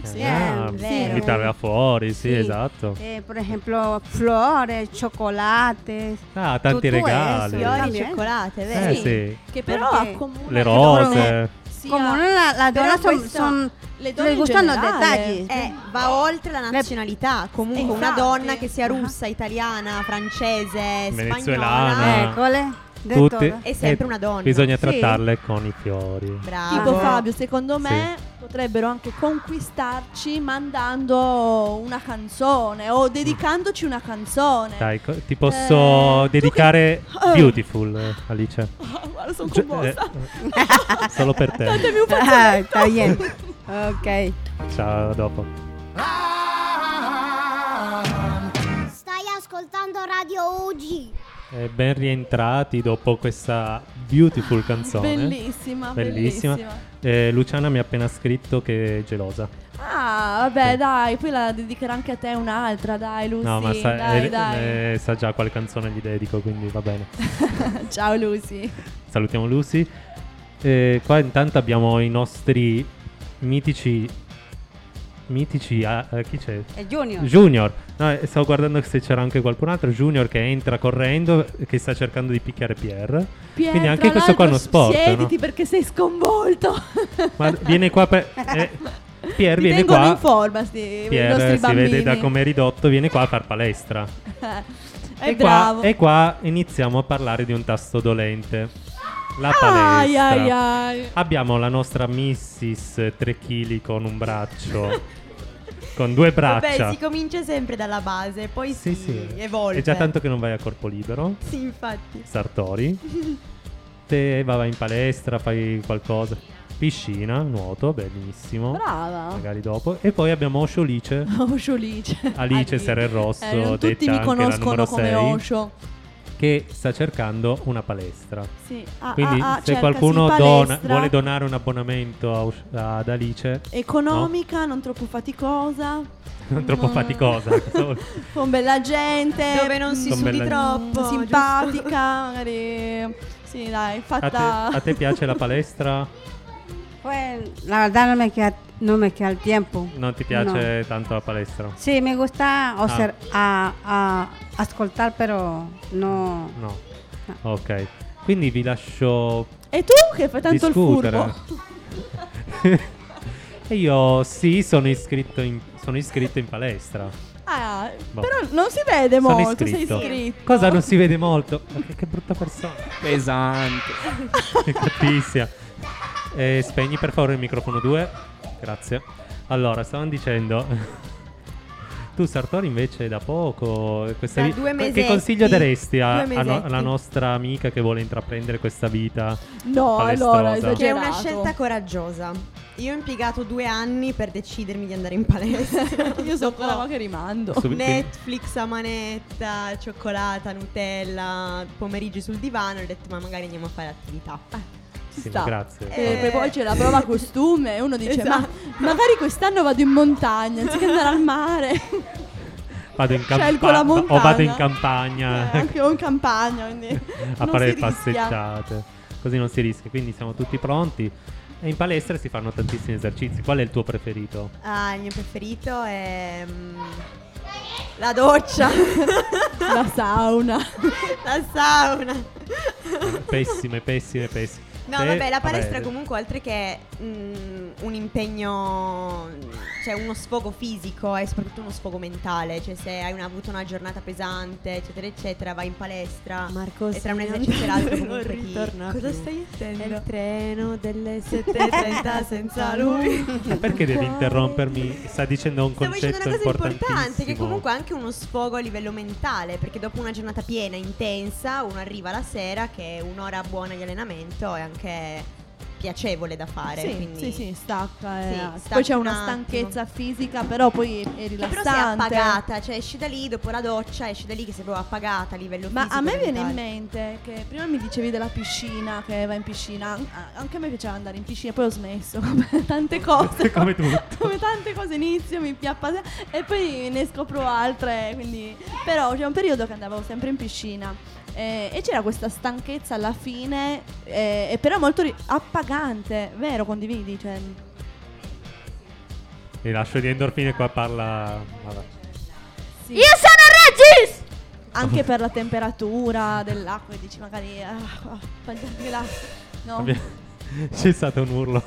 [SPEAKER 1] Sì.
[SPEAKER 4] Ah,
[SPEAKER 7] Eh, vero.
[SPEAKER 4] invitarla fuori, sì,
[SPEAKER 7] Sì.
[SPEAKER 4] esatto.
[SPEAKER 7] Eh, por ejemplo, flores, chocolates.
[SPEAKER 4] Ah, tanti
[SPEAKER 7] Tutto
[SPEAKER 4] regali.
[SPEAKER 7] questo,
[SPEAKER 6] Fiori,
[SPEAKER 7] Sì.
[SPEAKER 6] cioccolate,
[SPEAKER 4] Eh,
[SPEAKER 6] vero?
[SPEAKER 4] sì.
[SPEAKER 1] Che però
[SPEAKER 7] Perché
[SPEAKER 1] accomuna
[SPEAKER 4] Le
[SPEAKER 1] che
[SPEAKER 4] rose.
[SPEAKER 1] sia-
[SPEAKER 7] Como no, la- las
[SPEAKER 1] Pero
[SPEAKER 7] donas son,
[SPEAKER 1] questo-
[SPEAKER 7] son-
[SPEAKER 1] le donne
[SPEAKER 7] les
[SPEAKER 1] in
[SPEAKER 7] gustan los
[SPEAKER 1] generale.
[SPEAKER 7] detalles.
[SPEAKER 6] Eh, va oltre la nazionalità. Comunque, una
[SPEAKER 1] Esatto.
[SPEAKER 6] donna che sia russa, italiana, francese,
[SPEAKER 4] Venezuelana.
[SPEAKER 6] spagnola.
[SPEAKER 4] Ah.
[SPEAKER 7] École, eh, de
[SPEAKER 4] Tutti.
[SPEAKER 7] todo.
[SPEAKER 6] È sempre
[SPEAKER 4] Eh,
[SPEAKER 6] una donna.
[SPEAKER 4] Bisogna
[SPEAKER 7] Sì.
[SPEAKER 4] trattarle con i fiori.
[SPEAKER 6] Bravo.
[SPEAKER 1] Tipo
[SPEAKER 7] Ah.
[SPEAKER 1] Fabio, secondo me potrebbero anche conquistarci mandando una canzone o dedicandoci una canzone.
[SPEAKER 4] Dai, co- ti posso
[SPEAKER 1] Eh, tu
[SPEAKER 4] dedicare
[SPEAKER 1] che- Oh.
[SPEAKER 4] Beautiful, eh, Alice.
[SPEAKER 1] Oh, guarda, sono
[SPEAKER 4] Gi-
[SPEAKER 1] commossa.
[SPEAKER 4] Cioè, eh, solo per te.
[SPEAKER 1] Datemi un pezzo.
[SPEAKER 6] Eh,
[SPEAKER 7] Ah, está
[SPEAKER 6] cioè,
[SPEAKER 7] bien. Ok.
[SPEAKER 4] Ciao, a dopo.
[SPEAKER 8] Stai ascoltando Radio UG.
[SPEAKER 4] E Eh, ben rientrati dopo questa Beautiful canzone.
[SPEAKER 1] Bellissima,
[SPEAKER 4] Bellissima.
[SPEAKER 1] bellissima,
[SPEAKER 4] Eh, Luciana mi ha appena scritto che è gelosa.
[SPEAKER 1] Ah,
[SPEAKER 4] Sì.
[SPEAKER 1] vabbè, dai, poi la dedicherà anche a te un'altra, dai Lucy.
[SPEAKER 4] no, ma sa,
[SPEAKER 1] dai,
[SPEAKER 4] eh,
[SPEAKER 1] dai.
[SPEAKER 4] eh, sa già quale canzone gli dedico, quindi va bene. eh.
[SPEAKER 1] Ciao Lucy.
[SPEAKER 4] Salutiamo Lucy. Eh, qua intanto abbiamo i nostri mitici... Mitici... ah, eh, chi c'è?
[SPEAKER 7] El Junior.
[SPEAKER 4] Junior, no, eh, stavo guardando se c'era anche qualcun altro. Junior che entra correndo, eh, che sta cercando di picchiare Pierre.
[SPEAKER 1] Pier,
[SPEAKER 4] Quindi anche
[SPEAKER 1] tra
[SPEAKER 4] questo qua è uno
[SPEAKER 1] l'altro,
[SPEAKER 4] sport, no?
[SPEAKER 1] Siediti perché sei sconvolto.
[SPEAKER 4] Ma viene qua. Per, eh, Pierre
[SPEAKER 1] Ti
[SPEAKER 4] viene
[SPEAKER 1] tengono
[SPEAKER 4] qua.
[SPEAKER 1] in forma, sti, i
[SPEAKER 4] Pierre
[SPEAKER 1] nostri
[SPEAKER 4] si
[SPEAKER 1] bambini.
[SPEAKER 4] vede da come è ridotto, viene qua a far palestra.
[SPEAKER 1] È
[SPEAKER 4] e,
[SPEAKER 1] bravo.
[SPEAKER 4] Qua, e qua iniziamo a parlare di un tasto dolente. La palestra.
[SPEAKER 1] Ai ai ai.
[SPEAKER 4] Abbiamo la nostra Mrs. 3 kg con un braccio. con due braccia.
[SPEAKER 6] Vabbè, si comincia sempre dalla base, poi
[SPEAKER 4] Sì,
[SPEAKER 6] si
[SPEAKER 4] sì.
[SPEAKER 6] evolve.
[SPEAKER 4] È già tanto che non vai a corpo libero.
[SPEAKER 6] Sì, infatti.
[SPEAKER 4] Sartori. notte, va vai in palestra, fai qualcosa. Piscina, nuoto, benissimo.
[SPEAKER 1] Brava.
[SPEAKER 4] Magari dopo. E poi abbiamo Osho Lice.
[SPEAKER 1] Osho Lice.
[SPEAKER 4] Alice Serre Rosso,
[SPEAKER 1] Eh, non
[SPEAKER 4] detta
[SPEAKER 1] tutti mi
[SPEAKER 4] anche la
[SPEAKER 1] conoscono
[SPEAKER 4] numero
[SPEAKER 1] come
[SPEAKER 4] sei.
[SPEAKER 1] Osho.
[SPEAKER 4] che sta cercando una palestra.
[SPEAKER 1] Sì. ah,
[SPEAKER 4] Quindi
[SPEAKER 1] ah, ah,
[SPEAKER 4] se
[SPEAKER 1] cercasi
[SPEAKER 4] qualcuno dona-
[SPEAKER 1] palestra,
[SPEAKER 4] vuole donare un abbonamento a Us- ad Alice,
[SPEAKER 1] Economica, non troppo faticosa.
[SPEAKER 4] non troppo
[SPEAKER 1] Mm.
[SPEAKER 4] faticosa, cavolo.
[SPEAKER 1] Con bella gente.
[SPEAKER 6] Dove non si
[SPEAKER 4] Con
[SPEAKER 6] sudi
[SPEAKER 4] bella-
[SPEAKER 6] troppo.
[SPEAKER 1] Simpatica, magari. Sì, dai,
[SPEAKER 4] a, te,
[SPEAKER 1] fatta.
[SPEAKER 4] a te piace la palestra?
[SPEAKER 7] Pues la verdad no me queda, no me queda el tiempo.
[SPEAKER 4] Non ti piace tanto la palestra?
[SPEAKER 7] Sí, me gusta oser- a, a- ascoltar, pero no.
[SPEAKER 4] No. Ok. Quindi vi lascio
[SPEAKER 1] E tu che fai tanto
[SPEAKER 4] discutere.
[SPEAKER 1] il furbo?
[SPEAKER 4] e io sì, sono iscritto in, sono iscritto in palestra.
[SPEAKER 1] Ah,
[SPEAKER 4] Boh.
[SPEAKER 1] però non si vede
[SPEAKER 4] Sono
[SPEAKER 1] molto.
[SPEAKER 4] iscritto.
[SPEAKER 1] Sei iscritto.
[SPEAKER 4] Cosa non si vede molto? Ma Che, che brutta persona.
[SPEAKER 9] Pesante.
[SPEAKER 4] È cattivissima. Eh, spegni per favore il microfono 2. Grazie. Allora, stavano dicendo. Tu, Sartori, invece, da poco. Questa
[SPEAKER 6] Da
[SPEAKER 4] vi-
[SPEAKER 6] due
[SPEAKER 4] Che
[SPEAKER 6] mesetti.
[SPEAKER 4] consiglio daresti a-
[SPEAKER 6] Due
[SPEAKER 4] a no-
[SPEAKER 6] mesetti.
[SPEAKER 4] alla nostra amica che vuole intraprendere questa vita?
[SPEAKER 1] No,
[SPEAKER 4] Palestrosa.
[SPEAKER 1] allora,
[SPEAKER 4] Che è
[SPEAKER 6] Che è
[SPEAKER 1] esagerato.
[SPEAKER 6] una scelta coraggiosa. Io ho impiegato due anni per decidermi di andare in palestra.
[SPEAKER 1] Io so ancora ma
[SPEAKER 6] Dopo
[SPEAKER 1] che rimando.
[SPEAKER 4] Sub- quindi-
[SPEAKER 6] Netflix a manetta, cioccolata, Nutella, pomeriggi sul divano. Ho detto, ma magari andiamo a fare attività.
[SPEAKER 1] Ci
[SPEAKER 4] Sì,
[SPEAKER 1] sta.
[SPEAKER 4] grazie.
[SPEAKER 6] Eh,
[SPEAKER 1] E poi- poi c'è la prova costume e uno dice
[SPEAKER 6] Esatto.
[SPEAKER 1] ma magari quest'anno vado in montagna anziché andare al mare
[SPEAKER 4] Vado in
[SPEAKER 1] scelgo la
[SPEAKER 4] campagna. O
[SPEAKER 1] montagna.
[SPEAKER 4] vado in campagna. ecco.
[SPEAKER 1] Eh, anche o in campagna quindi
[SPEAKER 4] a
[SPEAKER 1] non
[SPEAKER 4] fare
[SPEAKER 1] si
[SPEAKER 4] le
[SPEAKER 1] rischia.
[SPEAKER 4] passeggiate. Così non si rischia. Quindi siamo tutti pronti. E in palestra si fanno tantissimi esercizi. Qual è il tuo preferito?
[SPEAKER 6] Ah, il mio preferito è. mm, la doccia,
[SPEAKER 1] la sauna
[SPEAKER 6] la sauna.
[SPEAKER 4] Pessime, pessime, pessime.
[SPEAKER 6] No,
[SPEAKER 4] Te-
[SPEAKER 6] vabbè, la palestra
[SPEAKER 4] vabbè,
[SPEAKER 6] comunque oltre che mm, un impegno, cioè uno sfogo fisico, è soprattutto uno sfogo mentale. Cioè, se hai una- avuto una giornata pesante, eccetera, eccetera, vai in palestra.
[SPEAKER 10] Marco,
[SPEAKER 6] E tra un esercizio e l'altro comunque ti...
[SPEAKER 10] Cosa stai intendendo?
[SPEAKER 6] È il
[SPEAKER 10] treno delle
[SPEAKER 6] 7:30 senza lui.
[SPEAKER 4] Ma Perché devi interrompermi? Sta dicendo un
[SPEAKER 6] Stavo dicendo
[SPEAKER 4] concetto
[SPEAKER 6] una cosa importante, che
[SPEAKER 4] importantissimo.
[SPEAKER 6] comunque è anche uno sfogo a livello mentale, perché dopo una giornata piena, intensa, uno arriva la sera che è un'ora buona di allenamento è anche piacevole da fare.
[SPEAKER 1] sì,
[SPEAKER 6] quindi...
[SPEAKER 1] sì sì, stacca, eh.
[SPEAKER 6] Sì, stacca
[SPEAKER 1] poi c'è
[SPEAKER 6] un
[SPEAKER 1] una
[SPEAKER 6] attimo.
[SPEAKER 1] stanchezza fisica però poi è
[SPEAKER 6] Che però
[SPEAKER 1] rilassante
[SPEAKER 6] sei appagata, cioè esci da lì dopo la doccia, esci da lì che sei proprio appagata a livello
[SPEAKER 1] Ma
[SPEAKER 6] fisico.
[SPEAKER 1] a me viene in
[SPEAKER 6] mentale.
[SPEAKER 1] mente che prima mi dicevi della piscina, che va in piscina, An- anche a me piaceva andare in piscina, poi ho smesso, come tante cose.
[SPEAKER 4] Come tutto.
[SPEAKER 1] Come tante cose inizio, mi piappa e poi ne scopro altre, quindi... Però c'è un periodo che andavo sempre in piscina eh, e c'era questa stanchezza alla fine, eh, e però molto ri- appagante, vero, condividi? Cioè,
[SPEAKER 4] Mi lascio di endorfine qua parla... vabbè.
[SPEAKER 1] sì.
[SPEAKER 10] Io sono Regis!
[SPEAKER 1] Anche per la temperatura dell'acqua, e dici magari... Ah, ah, anche la- No?
[SPEAKER 4] Abbia- C'è stato un urlo.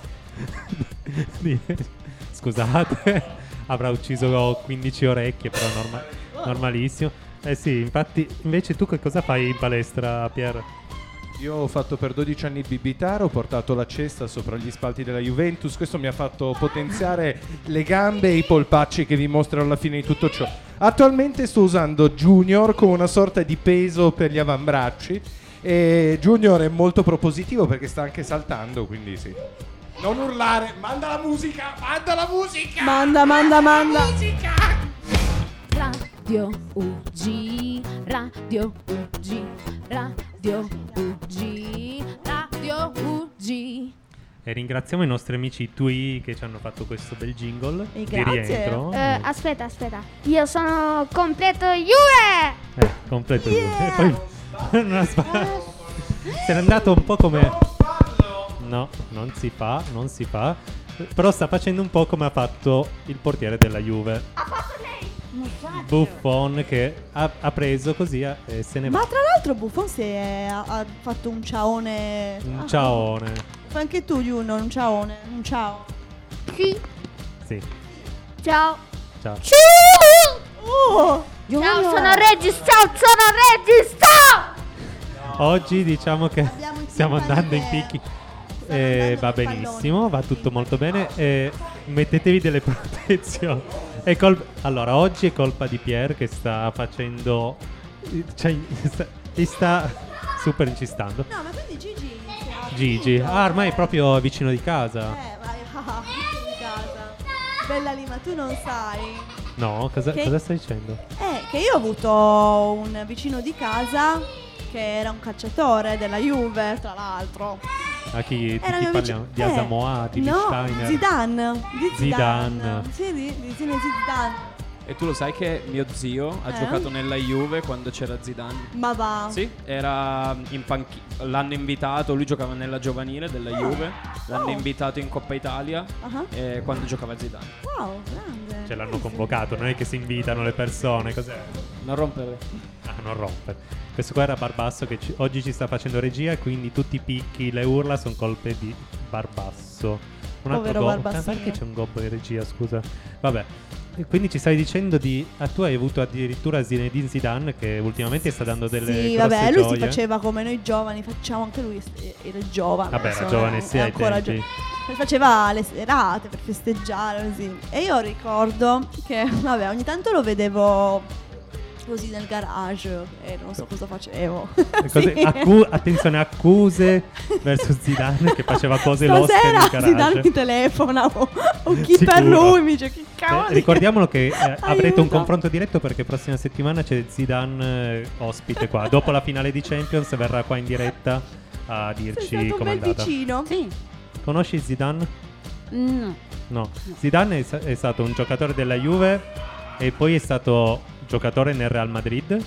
[SPEAKER 4] di- Scusate, avrà ucciso 15 orecchie, però norma- normalissimo. Eh sì, infatti, invece tu che cosa fai in palestra, Pier?
[SPEAKER 9] Io ho fatto per 12 anni il bibitaro, ho portato la cesta sopra gli spalti della Juventus, questo mi ha fatto potenziare le gambe e i polpacci che vi mostrano alla fine di tutto ciò. Attualmente sto usando Junior come una sorta di peso per gli avambracci e Junior è molto propositivo perché sta anche saltando, quindi sì.
[SPEAKER 3] Non urlare, manda la musica, manda la musica!
[SPEAKER 1] Manda, manda, manda.
[SPEAKER 10] Radio UG, Radio UG, Radio UG, Radio UG.
[SPEAKER 4] E ringraziamo i nostri amici Tui che ci hanno fatto questo bel jingle
[SPEAKER 1] E
[SPEAKER 4] di
[SPEAKER 1] grazie.
[SPEAKER 4] rientro.
[SPEAKER 10] Eh, aspetta, aspetta. Io sono completo Juve!
[SPEAKER 4] Eh, completo. E poi una spa- Se n'è andato un po' come. No, non si fa, non si fa. Però sta facendo un po' come ha fatto il portiere della Juve. Boh, Buffon che ha, ha preso così eh, e se ne va.
[SPEAKER 1] Ma tra l'altro Buffon si è, ha, ha fatto un ciaone.
[SPEAKER 4] Un
[SPEAKER 1] Ah,
[SPEAKER 4] ciaone.
[SPEAKER 1] Fai anche tu, Juno, un ciaone. Un ciao.
[SPEAKER 10] Chi?
[SPEAKER 4] Sì,
[SPEAKER 10] Ciao.
[SPEAKER 4] ciao.
[SPEAKER 1] Oh!
[SPEAKER 10] Ciao, sono Regis, ciao, sono Regis, ciao!
[SPEAKER 4] Oggi diciamo che
[SPEAKER 1] Abbiamo i
[SPEAKER 4] stiamo
[SPEAKER 1] timpani
[SPEAKER 4] andando in
[SPEAKER 1] che-
[SPEAKER 4] picchi.
[SPEAKER 1] stanno
[SPEAKER 4] Eh,
[SPEAKER 1] andando
[SPEAKER 4] va
[SPEAKER 1] coi palloni.
[SPEAKER 4] benissimo, va tutto molto bene. eh, mettetevi delle protezioni. È col- allora, oggi è colpa di Pier che sta facendo. Cioè, sta- ti sta super incistando.
[SPEAKER 1] No, ma quindi Gigi
[SPEAKER 4] Gigi. Ah, ormai è proprio vicino di casa.
[SPEAKER 1] Eh, vai, ah, in casa. Bella Lima, tu non sai.
[SPEAKER 4] No, cosa,
[SPEAKER 1] Che-
[SPEAKER 4] cosa stai dicendo?
[SPEAKER 1] Eh, che io ho avuto un vicino di casa che era un calciatore della Juve, tra l'altro.
[SPEAKER 4] A chi, di chi
[SPEAKER 1] Era il mio
[SPEAKER 4] parliamo?
[SPEAKER 1] vicino-
[SPEAKER 4] Di
[SPEAKER 1] eh,
[SPEAKER 4] Asamoah, di
[SPEAKER 1] no,
[SPEAKER 4] Lichtensteiner?
[SPEAKER 1] Zidane. Di Zidane.
[SPEAKER 11] Zidane.
[SPEAKER 1] Sì, di, di Zinedine Zidane.
[SPEAKER 11] E tu lo sai che mio zio ha
[SPEAKER 1] Eh?
[SPEAKER 11] giocato nella Juve quando c'era Zidane?
[SPEAKER 1] Ma va.
[SPEAKER 11] Sì, era in panchi- l'hanno invitato, lui giocava nella giovanile della
[SPEAKER 1] Ah.
[SPEAKER 11] Juve, l'hanno
[SPEAKER 1] Oh.
[SPEAKER 11] invitato in Coppa Italia
[SPEAKER 1] Ah.
[SPEAKER 11] eh, quando giocava Zidane.
[SPEAKER 1] Wow, grande.
[SPEAKER 4] Cioè l'hanno convocato, non è che si invitano le persone, cos'è?
[SPEAKER 11] Non rompere.
[SPEAKER 4] Ah, non rompere. Questo qua era Barbasso che ci- oggi ci sta facendo regia, quindi tutti i picchi, le urla sono colpe di Barbasso. Un altro
[SPEAKER 1] Povero
[SPEAKER 4] gobbo.
[SPEAKER 1] Barbassino.
[SPEAKER 4] Ah, perché c'è un gobbo in regia, scusa? Vabbè. E quindi ci stai dicendo di... Ah, tu hai avuto addirittura Zinedine Zidane che ultimamente sta dando delle...
[SPEAKER 1] Sì,
[SPEAKER 4] grosse
[SPEAKER 1] vabbè, lui si
[SPEAKER 4] gioie.
[SPEAKER 1] faceva come noi giovani facciamo, anche lui eh, era giovane.
[SPEAKER 4] Vabbè, era
[SPEAKER 1] insomma,
[SPEAKER 4] giovane sì
[SPEAKER 1] è
[SPEAKER 4] ai
[SPEAKER 1] ancora
[SPEAKER 4] tempi.
[SPEAKER 1] gio- Faceva le serate per festeggiare così. E io ricordo che, vabbè, ogni tanto lo vedevo così nel garage e non so cosa facevo.
[SPEAKER 4] Le cose-
[SPEAKER 1] Sì.
[SPEAKER 4] accu- attenzione, accuse verso Zidane che faceva cose losche
[SPEAKER 1] Stasera
[SPEAKER 4] nel garage.
[SPEAKER 1] Zidane mi telefona o, o Oh, chi
[SPEAKER 4] Sicuro.
[SPEAKER 1] per lui mi dice che cavolo.
[SPEAKER 4] Eh,
[SPEAKER 1] di-
[SPEAKER 4] ricordiamolo che eh, avrete
[SPEAKER 1] Aiuto.
[SPEAKER 4] un confronto diretto perché prossima settimana c'è Zidane eh, ospite qua. Dopo la finale di Champions verrà qua in diretta a
[SPEAKER 1] Sei
[SPEAKER 4] dirci
[SPEAKER 1] stato un
[SPEAKER 4] com'è
[SPEAKER 1] bel
[SPEAKER 4] andata.
[SPEAKER 1] vicino. Sì.
[SPEAKER 4] Conosci Zidane?
[SPEAKER 7] No.
[SPEAKER 4] No. Zidane è, sa- è stato un giocatore della Juve e poi è stato giocatore nel Real Madrid.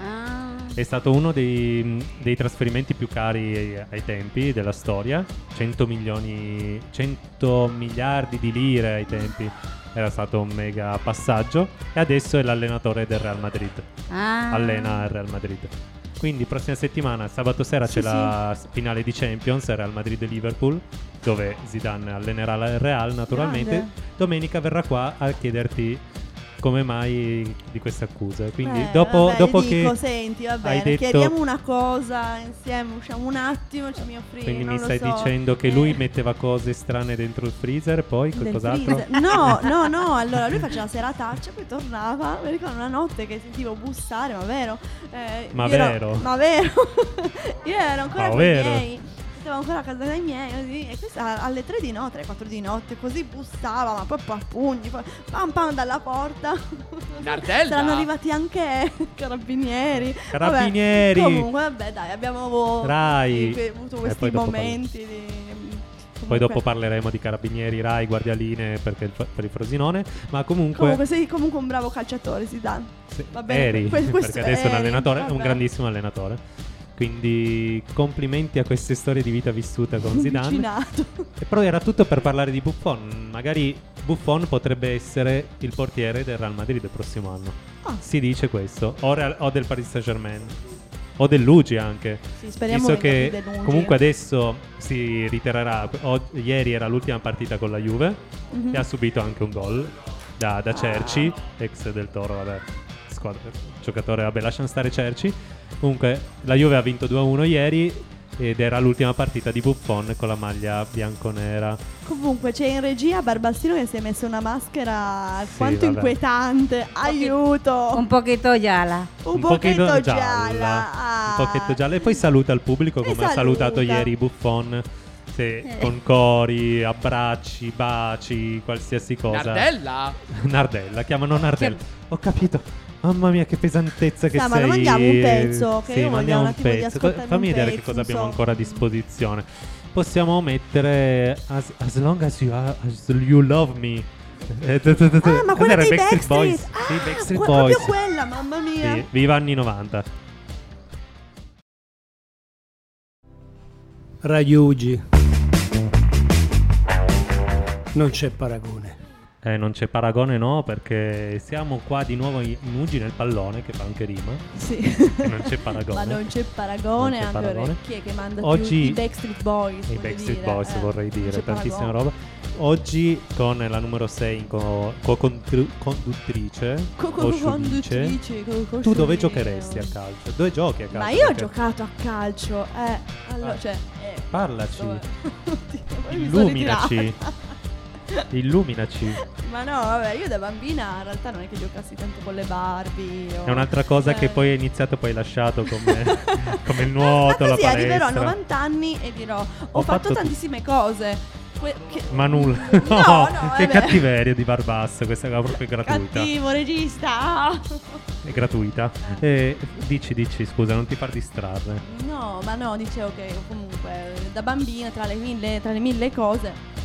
[SPEAKER 7] Ah.
[SPEAKER 4] È stato uno dei, dei trasferimenti più cari ai, ai tempi della storia. 100 milioni, 100 miliardi di lire ai tempi. Era stato un mega passaggio. E adesso è l'allenatore del Real Madrid.
[SPEAKER 7] Ah.
[SPEAKER 4] Allena il Real Madrid. Quindi prossima settimana, sabato sera,
[SPEAKER 7] Sì,
[SPEAKER 4] c'è la s- finale di Champions, Real Madrid e Liverpool, dove Zidane allenerà la- il Real naturalmente.
[SPEAKER 1] Grande.
[SPEAKER 4] Domenica verrà qua a chiederti come mai di queste accuse. Quindi
[SPEAKER 1] Eh,
[SPEAKER 4] dopo,
[SPEAKER 1] vabbè,
[SPEAKER 4] dopo
[SPEAKER 1] gli
[SPEAKER 4] che...
[SPEAKER 1] dico, senti, va bene,
[SPEAKER 4] hai detto-
[SPEAKER 1] chiediamo una cosa insieme, usciamo un attimo, ci mi offri,
[SPEAKER 4] Quindi
[SPEAKER 1] non
[SPEAKER 4] mi
[SPEAKER 1] lo
[SPEAKER 4] stai
[SPEAKER 1] so. Eh.
[SPEAKER 4] dicendo che lui metteva cose strane dentro il freezer, poi
[SPEAKER 1] Del
[SPEAKER 4] qualcos'altro?
[SPEAKER 1] freezer. No, no, no, allora lui faceva serataccia, poi tornava, mi ricordo una notte che sentivo bussare, ma vero? Eh,
[SPEAKER 4] Ma
[SPEAKER 1] io ero-
[SPEAKER 4] vero?
[SPEAKER 1] ma vero? io ero ancora
[SPEAKER 4] Ma
[SPEAKER 1] con
[SPEAKER 4] vero?
[SPEAKER 1] i miei, stavo ancora a casa dei miei, così, e questa alle 3 di notte, alle 4 di notte, così bussava, ma poi a pugni, poi pam pam dalla porta.
[SPEAKER 11] Nardella?
[SPEAKER 1] Saranno arrivati anche carabinieri. Vabbè,
[SPEAKER 4] Carabinieri!
[SPEAKER 1] comunque, vabbè, dai, abbiamo avuto-
[SPEAKER 4] Rai.
[SPEAKER 1] que- avuto
[SPEAKER 4] E
[SPEAKER 1] questi
[SPEAKER 4] poi dopo parliamo.
[SPEAKER 1] momenti di...
[SPEAKER 4] Poi dopo
[SPEAKER 1] comunque-
[SPEAKER 4] parleremo di carabinieri, Rai, guardialine perché il- per il Frosinone. Ma comunque,
[SPEAKER 1] Comunque sei comunque un bravo calciatore, Zidane. Va
[SPEAKER 4] eri,
[SPEAKER 1] que- questo-
[SPEAKER 4] perché adesso è un
[SPEAKER 1] eri,
[SPEAKER 4] allenatore, è un
[SPEAKER 1] vabbè.
[SPEAKER 4] grandissimo allenatore. Quindi complimenti a queste storie di vita vissuta con Zidane.
[SPEAKER 1] Vicinato.
[SPEAKER 4] E però era tutto per parlare di Buffon. Magari Buffon potrebbe essere il portiere del Real Madrid il prossimo anno.
[SPEAKER 1] Ah.
[SPEAKER 4] Si dice questo. O, Real- o del Paris Saint Germain. O del Luigi anche.
[SPEAKER 1] Sì, speriamo
[SPEAKER 4] Visto
[SPEAKER 1] venga
[SPEAKER 4] che
[SPEAKER 1] più del Luigi.
[SPEAKER 4] comunque adesso si ritirerà. O- ieri era l'ultima partita con la Juve.
[SPEAKER 1] Mhm. Ah.
[SPEAKER 4] E ha subito anche un gol da, da Cerci, ex del Toro, vabbè. squadra- giocatore, vabbè, lasciamo stare Cerci. Comunque la Juve ha vinto 2-1 ieri ed era l'ultima partita di Buffon con la maglia bianconera.
[SPEAKER 1] Comunque c'è in regia Barbassino che si è messo una maschera alquanto
[SPEAKER 4] vabbè.
[SPEAKER 1] inquietante. Aiuto! Un
[SPEAKER 7] pochito gialla.
[SPEAKER 1] Un Ah. pochito gialla.
[SPEAKER 4] Un pochetto gialla. E poi saluta il pubblico come ha salutato
[SPEAKER 1] saluta.
[SPEAKER 4] ieri Buffon. Se-
[SPEAKER 1] Eh.
[SPEAKER 4] Con cori, abbracci, baci, qualsiasi cosa.
[SPEAKER 12] Nardella?
[SPEAKER 4] Nardella, chiamano Nardella. Ho capito. Mamma mia, che pesantezza che
[SPEAKER 1] Sa, ma
[SPEAKER 4] sei.
[SPEAKER 1] non mandiamo un pezzo, che
[SPEAKER 4] sì,
[SPEAKER 1] io voglio
[SPEAKER 4] mandiamo
[SPEAKER 1] un
[SPEAKER 4] un
[SPEAKER 1] attimo di
[SPEAKER 4] pezzo.
[SPEAKER 1] ascoltare
[SPEAKER 4] Fammi
[SPEAKER 1] un
[SPEAKER 4] vedere che
[SPEAKER 1] pezzo,
[SPEAKER 4] cosa abbiamo
[SPEAKER 1] insomma.
[SPEAKER 4] ancora a disposizione. Possiamo mettere As, as long as you, are- as you love me. Eh, t- t- t-
[SPEAKER 1] Ah, ma quella
[SPEAKER 4] cos'era?
[SPEAKER 1] dei
[SPEAKER 4] Backstreet Boys.
[SPEAKER 1] Backstreet. Ah,
[SPEAKER 4] Sì, Backstreet
[SPEAKER 1] Que-
[SPEAKER 4] Boys.
[SPEAKER 1] proprio eh. quella, mamma mia.
[SPEAKER 4] Sì, viva anni 90.
[SPEAKER 13] Raiugi. Non c'è paragone.
[SPEAKER 4] Eh, non c'è paragone, no, perché siamo qua di nuovo in in Uggi nel pallone, che fa anche rima.
[SPEAKER 1] Sì.
[SPEAKER 4] non c'è paragone.
[SPEAKER 1] Ma non c'è
[SPEAKER 4] Non c'è
[SPEAKER 1] paragone, anche
[SPEAKER 4] paragone.
[SPEAKER 1] chi è che manda più
[SPEAKER 4] Oggi-
[SPEAKER 1] i Backstreet
[SPEAKER 4] I
[SPEAKER 1] Boys. voglio
[SPEAKER 4] Backstreet
[SPEAKER 1] dire,
[SPEAKER 4] Boys,
[SPEAKER 1] eh.
[SPEAKER 4] vorrei dire,
[SPEAKER 1] c'è
[SPEAKER 4] tantissima
[SPEAKER 1] paragone.
[SPEAKER 4] roba. Oggi con la numero 6 in co- co-contru- conduttrice,
[SPEAKER 1] Co- co-
[SPEAKER 4] Osciudice,
[SPEAKER 1] conduttrice, co-
[SPEAKER 4] tu dove
[SPEAKER 1] Osciudino.
[SPEAKER 4] giocheresti a calcio? Dove giochi a calcio?
[SPEAKER 1] Ma io ho
[SPEAKER 4] Perché-
[SPEAKER 1] giocato a calcio, eh, allora,
[SPEAKER 4] Ah.
[SPEAKER 1] cioè, eh,
[SPEAKER 4] Parlaci.
[SPEAKER 1] dove- Oddio, poi mi sono
[SPEAKER 4] Illuminaci.
[SPEAKER 1] ritirata.
[SPEAKER 4] Illuminaci.
[SPEAKER 1] Ma no, vabbè, io da bambina in realtà non è che giocassi tanto con le Barbie. o-
[SPEAKER 4] È un'altra cosa che
[SPEAKER 1] Eh.
[SPEAKER 4] poi hai iniziato e poi hai lasciato come, come il nuoto, la
[SPEAKER 1] Così
[SPEAKER 4] palestra.
[SPEAKER 1] arriverò a 90 anni e dirò: Ho,
[SPEAKER 4] Ho
[SPEAKER 1] fatto,
[SPEAKER 4] fatto
[SPEAKER 1] tantissime cose. Que- che-
[SPEAKER 4] Ma nulla.
[SPEAKER 1] No, no,
[SPEAKER 4] che
[SPEAKER 1] vabbè.
[SPEAKER 4] cattiveria di Barbasso, questa è proprio gratuita.
[SPEAKER 1] Cattivo regista.
[SPEAKER 4] È gratuita. Eh, dici, dici, scusa, non ti far distrarre.
[SPEAKER 1] No, ma no, dicevo che comunque da bambina tra le mille, tra le mille cose,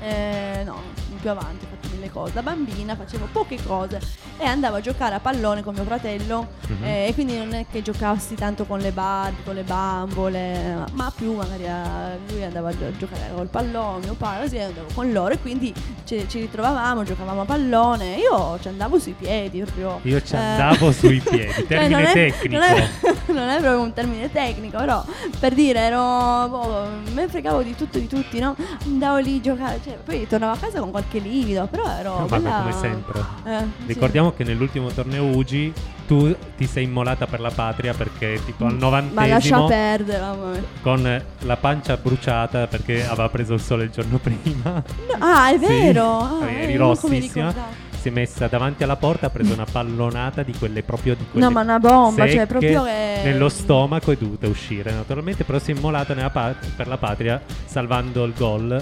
[SPEAKER 1] eh, no, più avanti ho fatto mille cose. Da bambina facevo poche cose e andavo a giocare a pallone con mio fratello
[SPEAKER 4] Mm.
[SPEAKER 12] Mhm.
[SPEAKER 1] eh, e quindi non è che giocassi tanto con le Barbie, con le bambole, ma più magari a- lui andava a gio- giocare col pallone, mio padre, sì, andavo con loro e quindi ci, ci ritrovavamo, giocavamo a pallone. Io ci andavo sui piedi proprio.
[SPEAKER 4] Io ci
[SPEAKER 1] eh.
[SPEAKER 4] Cioè, andavo sui piedi,
[SPEAKER 1] Cioè,
[SPEAKER 4] termine
[SPEAKER 1] non è-
[SPEAKER 4] tecnico.
[SPEAKER 1] non è- non è proprio un termine tecnico, però per dire ero. boh, me fregavo di tutto e di tutti, no? Andavo lì a giocare, cioè, poi tornavo a casa con qualche livido, però ero.
[SPEAKER 4] No, vabbè,
[SPEAKER 1] bella-
[SPEAKER 4] come sempre.
[SPEAKER 1] Eh, sì.
[SPEAKER 4] Ricordiamo che nell'ultimo torneo UGI tu ti sei immolata per la patria perché tipo al
[SPEAKER 1] Ma lascia
[SPEAKER 4] novantesimo
[SPEAKER 1] perdere, mamma mia.
[SPEAKER 4] con la pancia bruciata perché aveva preso il sole il giorno prima.
[SPEAKER 1] ah, è
[SPEAKER 4] Sì,
[SPEAKER 1] vero, ah,
[SPEAKER 4] eri
[SPEAKER 1] eh, non come
[SPEAKER 4] rossissima.
[SPEAKER 1] ricordavo.
[SPEAKER 4] Si è messa davanti alla porta, ha preso una pallonata di quelle proprio di quelle
[SPEAKER 1] No, ma una bomba,
[SPEAKER 4] secche
[SPEAKER 1] cioè, proprio che-
[SPEAKER 4] nello stomaco è dovuta uscire naturalmente, però si è immolata nella pa- per la patria salvando il gol.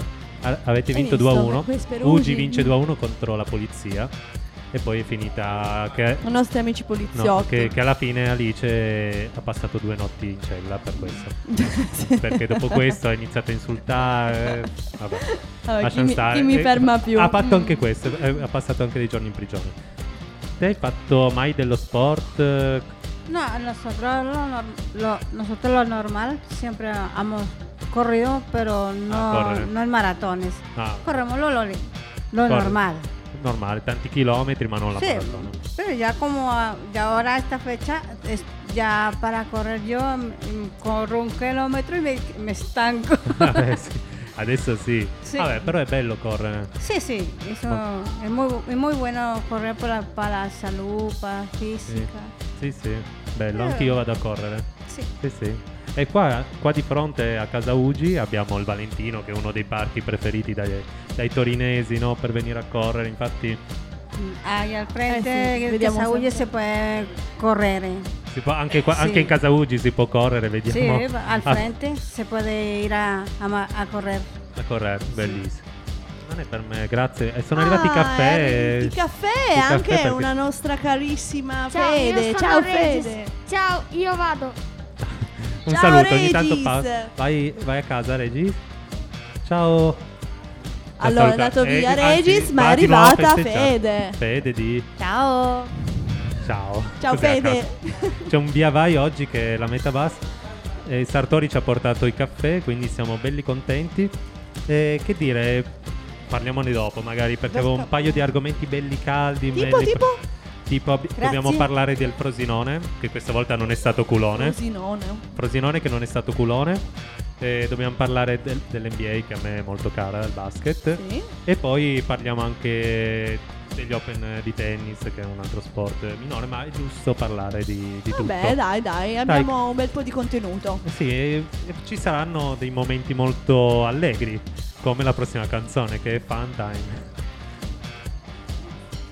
[SPEAKER 4] A- avete
[SPEAKER 1] Hai
[SPEAKER 4] vinto
[SPEAKER 1] visto?
[SPEAKER 4] 2-1.
[SPEAKER 1] Questo per
[SPEAKER 4] Ugi
[SPEAKER 1] Ugi.
[SPEAKER 4] vince 2-1 contro la polizia e poi è finita che
[SPEAKER 1] I nostri amici poliziotti.
[SPEAKER 4] No, che, che alla fine Alice ha passato due notti in cella per questo. Perché dopo questo ha iniziato a insultare. Vabbè,
[SPEAKER 1] Vabbè,
[SPEAKER 4] lascia
[SPEAKER 1] chi mi-
[SPEAKER 4] stare.
[SPEAKER 1] chi mi
[SPEAKER 4] E
[SPEAKER 1] ferma più?
[SPEAKER 4] Ha fatto
[SPEAKER 1] Mm.
[SPEAKER 4] anche questo, eh, ha passato anche dei giorni in prigione. Te hai fatto mai dello sport? eh,
[SPEAKER 7] No, nosotros lo, nor- lo- nosotros lo normal siempre hemos corrido, pero no,
[SPEAKER 4] correr.
[SPEAKER 7] no en maratones.
[SPEAKER 4] Ah.
[SPEAKER 7] Corremos lo, lo, lo
[SPEAKER 4] cor-
[SPEAKER 7] normal.
[SPEAKER 4] Normale, tanti chilometri, ma non la
[SPEAKER 7] Sí,
[SPEAKER 4] maratona.
[SPEAKER 7] pero ya como a- ya ahora a esta fecha, es- ya para correr yo mm, corro un kilómetro y me, me estanco.
[SPEAKER 4] Vabbè, sì. Adesso sì.
[SPEAKER 7] Sì.
[SPEAKER 4] Vabbè, però è bello correre.
[SPEAKER 7] sí, sí, eso
[SPEAKER 4] Ma-
[SPEAKER 7] es muy, es muy bueno correr para, para la salud, para la
[SPEAKER 4] Sì,
[SPEAKER 7] física.
[SPEAKER 4] sì, sì. bello,
[SPEAKER 7] Eh.
[SPEAKER 4] anch'io vado a correre.
[SPEAKER 7] Sì.
[SPEAKER 4] sì. sì. E qua, qua di fronte a casa Ugi abbiamo il Valentino, che è uno dei parchi preferiti dai, dai torinesi no? per venire a correre. Infatti,
[SPEAKER 7] Ahí al frente
[SPEAKER 5] Eh, sí,
[SPEAKER 7] de
[SPEAKER 5] veríamos
[SPEAKER 7] esa huye
[SPEAKER 5] eso.
[SPEAKER 7] se puede correr. eh.
[SPEAKER 4] si può- anche, qua-
[SPEAKER 7] Sì.
[SPEAKER 4] anche in casa Ugi si può correre,
[SPEAKER 7] Sí,
[SPEAKER 4] vediamo. Ah,
[SPEAKER 7] al
[SPEAKER 4] a-
[SPEAKER 7] frente se puede ir a, a ma- a correr.
[SPEAKER 4] A, correre, bellissimo. Non è per me, grazie. E sono arrivati i
[SPEAKER 7] Ah,
[SPEAKER 4] caffè.
[SPEAKER 1] Ah, I
[SPEAKER 4] eh,
[SPEAKER 1] caffè
[SPEAKER 4] i
[SPEAKER 1] è anche
[SPEAKER 4] perché-
[SPEAKER 1] una nostra carissima
[SPEAKER 10] Ciao, io
[SPEAKER 1] Fede.
[SPEAKER 10] sono
[SPEAKER 1] Ciao
[SPEAKER 10] Regis.
[SPEAKER 1] Fede.
[SPEAKER 10] Ciao, io vado.
[SPEAKER 4] Un
[SPEAKER 10] Ciao,
[SPEAKER 4] saluto, ogni
[SPEAKER 10] Regis.
[SPEAKER 4] tanto pa- vai, vai a casa, Regis. Ciao. La
[SPEAKER 1] Allora, è
[SPEAKER 4] saluta- eh,
[SPEAKER 1] andato via
[SPEAKER 4] anzi,
[SPEAKER 1] Regis, ma è
[SPEAKER 4] vattelo a
[SPEAKER 1] arrivata
[SPEAKER 4] festeggiare.
[SPEAKER 1] Fede.
[SPEAKER 4] Fede di
[SPEAKER 1] Ciao.
[SPEAKER 4] Ciao.
[SPEAKER 1] Ciao,
[SPEAKER 4] Cos'è a
[SPEAKER 1] Fede.
[SPEAKER 4] caso? C'è un via vai oggi che è la meta bus. E Sartori ci ha portato i caffè, quindi siamo belli contenti. E che dire, parliamone dopo magari perché avevo un paio di argomenti belli caldi.
[SPEAKER 1] Tipo,
[SPEAKER 4] belli-
[SPEAKER 1] tipo?
[SPEAKER 4] Tipo, abbi-
[SPEAKER 1] Grazie.
[SPEAKER 4] dobbiamo parlare del Frosinone, che questa volta non è stato culone.
[SPEAKER 1] Frosinone.
[SPEAKER 4] Frosinone che non è stato culone. E dobbiamo parlare del- dell'NBA che a me è molto cara, il basket.
[SPEAKER 1] Sì.
[SPEAKER 4] E poi parliamo anche degli open di tennis, che è un altro sport minore, ma è giusto parlare di, di tutto.
[SPEAKER 1] Vabbè, dai, dai, abbiamo un bel po' di contenuto.
[SPEAKER 4] Eh Sì, e- e ci saranno dei momenti molto allegri, come la prossima canzone che è Fun Time.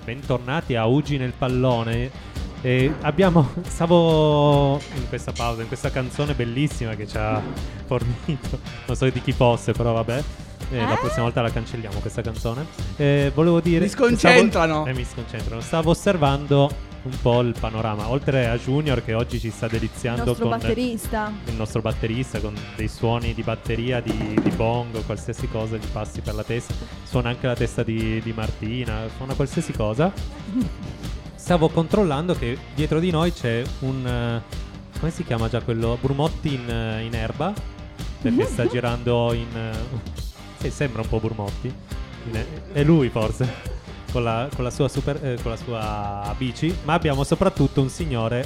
[SPEAKER 4] Bentornati a Ugi nel pallone. E abbiamo. Stavo in questa pausa, in questa canzone bellissima che ci ha fornito. Non so di chi fosse, però vabbè. Eh, La prossima volta la cancelliamo questa canzone. Eh, volevo dire.
[SPEAKER 14] Mi sconcentrano.
[SPEAKER 4] stavo- eh, mi sconcentrano. Stavo osservando un po' il panorama. Oltre a Junior, che oggi ci sta deliziando
[SPEAKER 1] Il nostro
[SPEAKER 4] con
[SPEAKER 1] batterista.
[SPEAKER 4] il nostro batterista con dei suoni di batteria, di, di bongo, qualsiasi cosa gli passi per la testa. Suona anche la testa di, di Martina, suona qualsiasi cosa. Stavo controllando che dietro di noi c'è un. eh, come si chiama già quello? Brumotti in, eh, in erba. Perché sta girando in. eh, sì, sembra un po' Burmotti. In- È lui forse. Con la, con la sua super- eh, con la sua bici. Ma abbiamo soprattutto un signore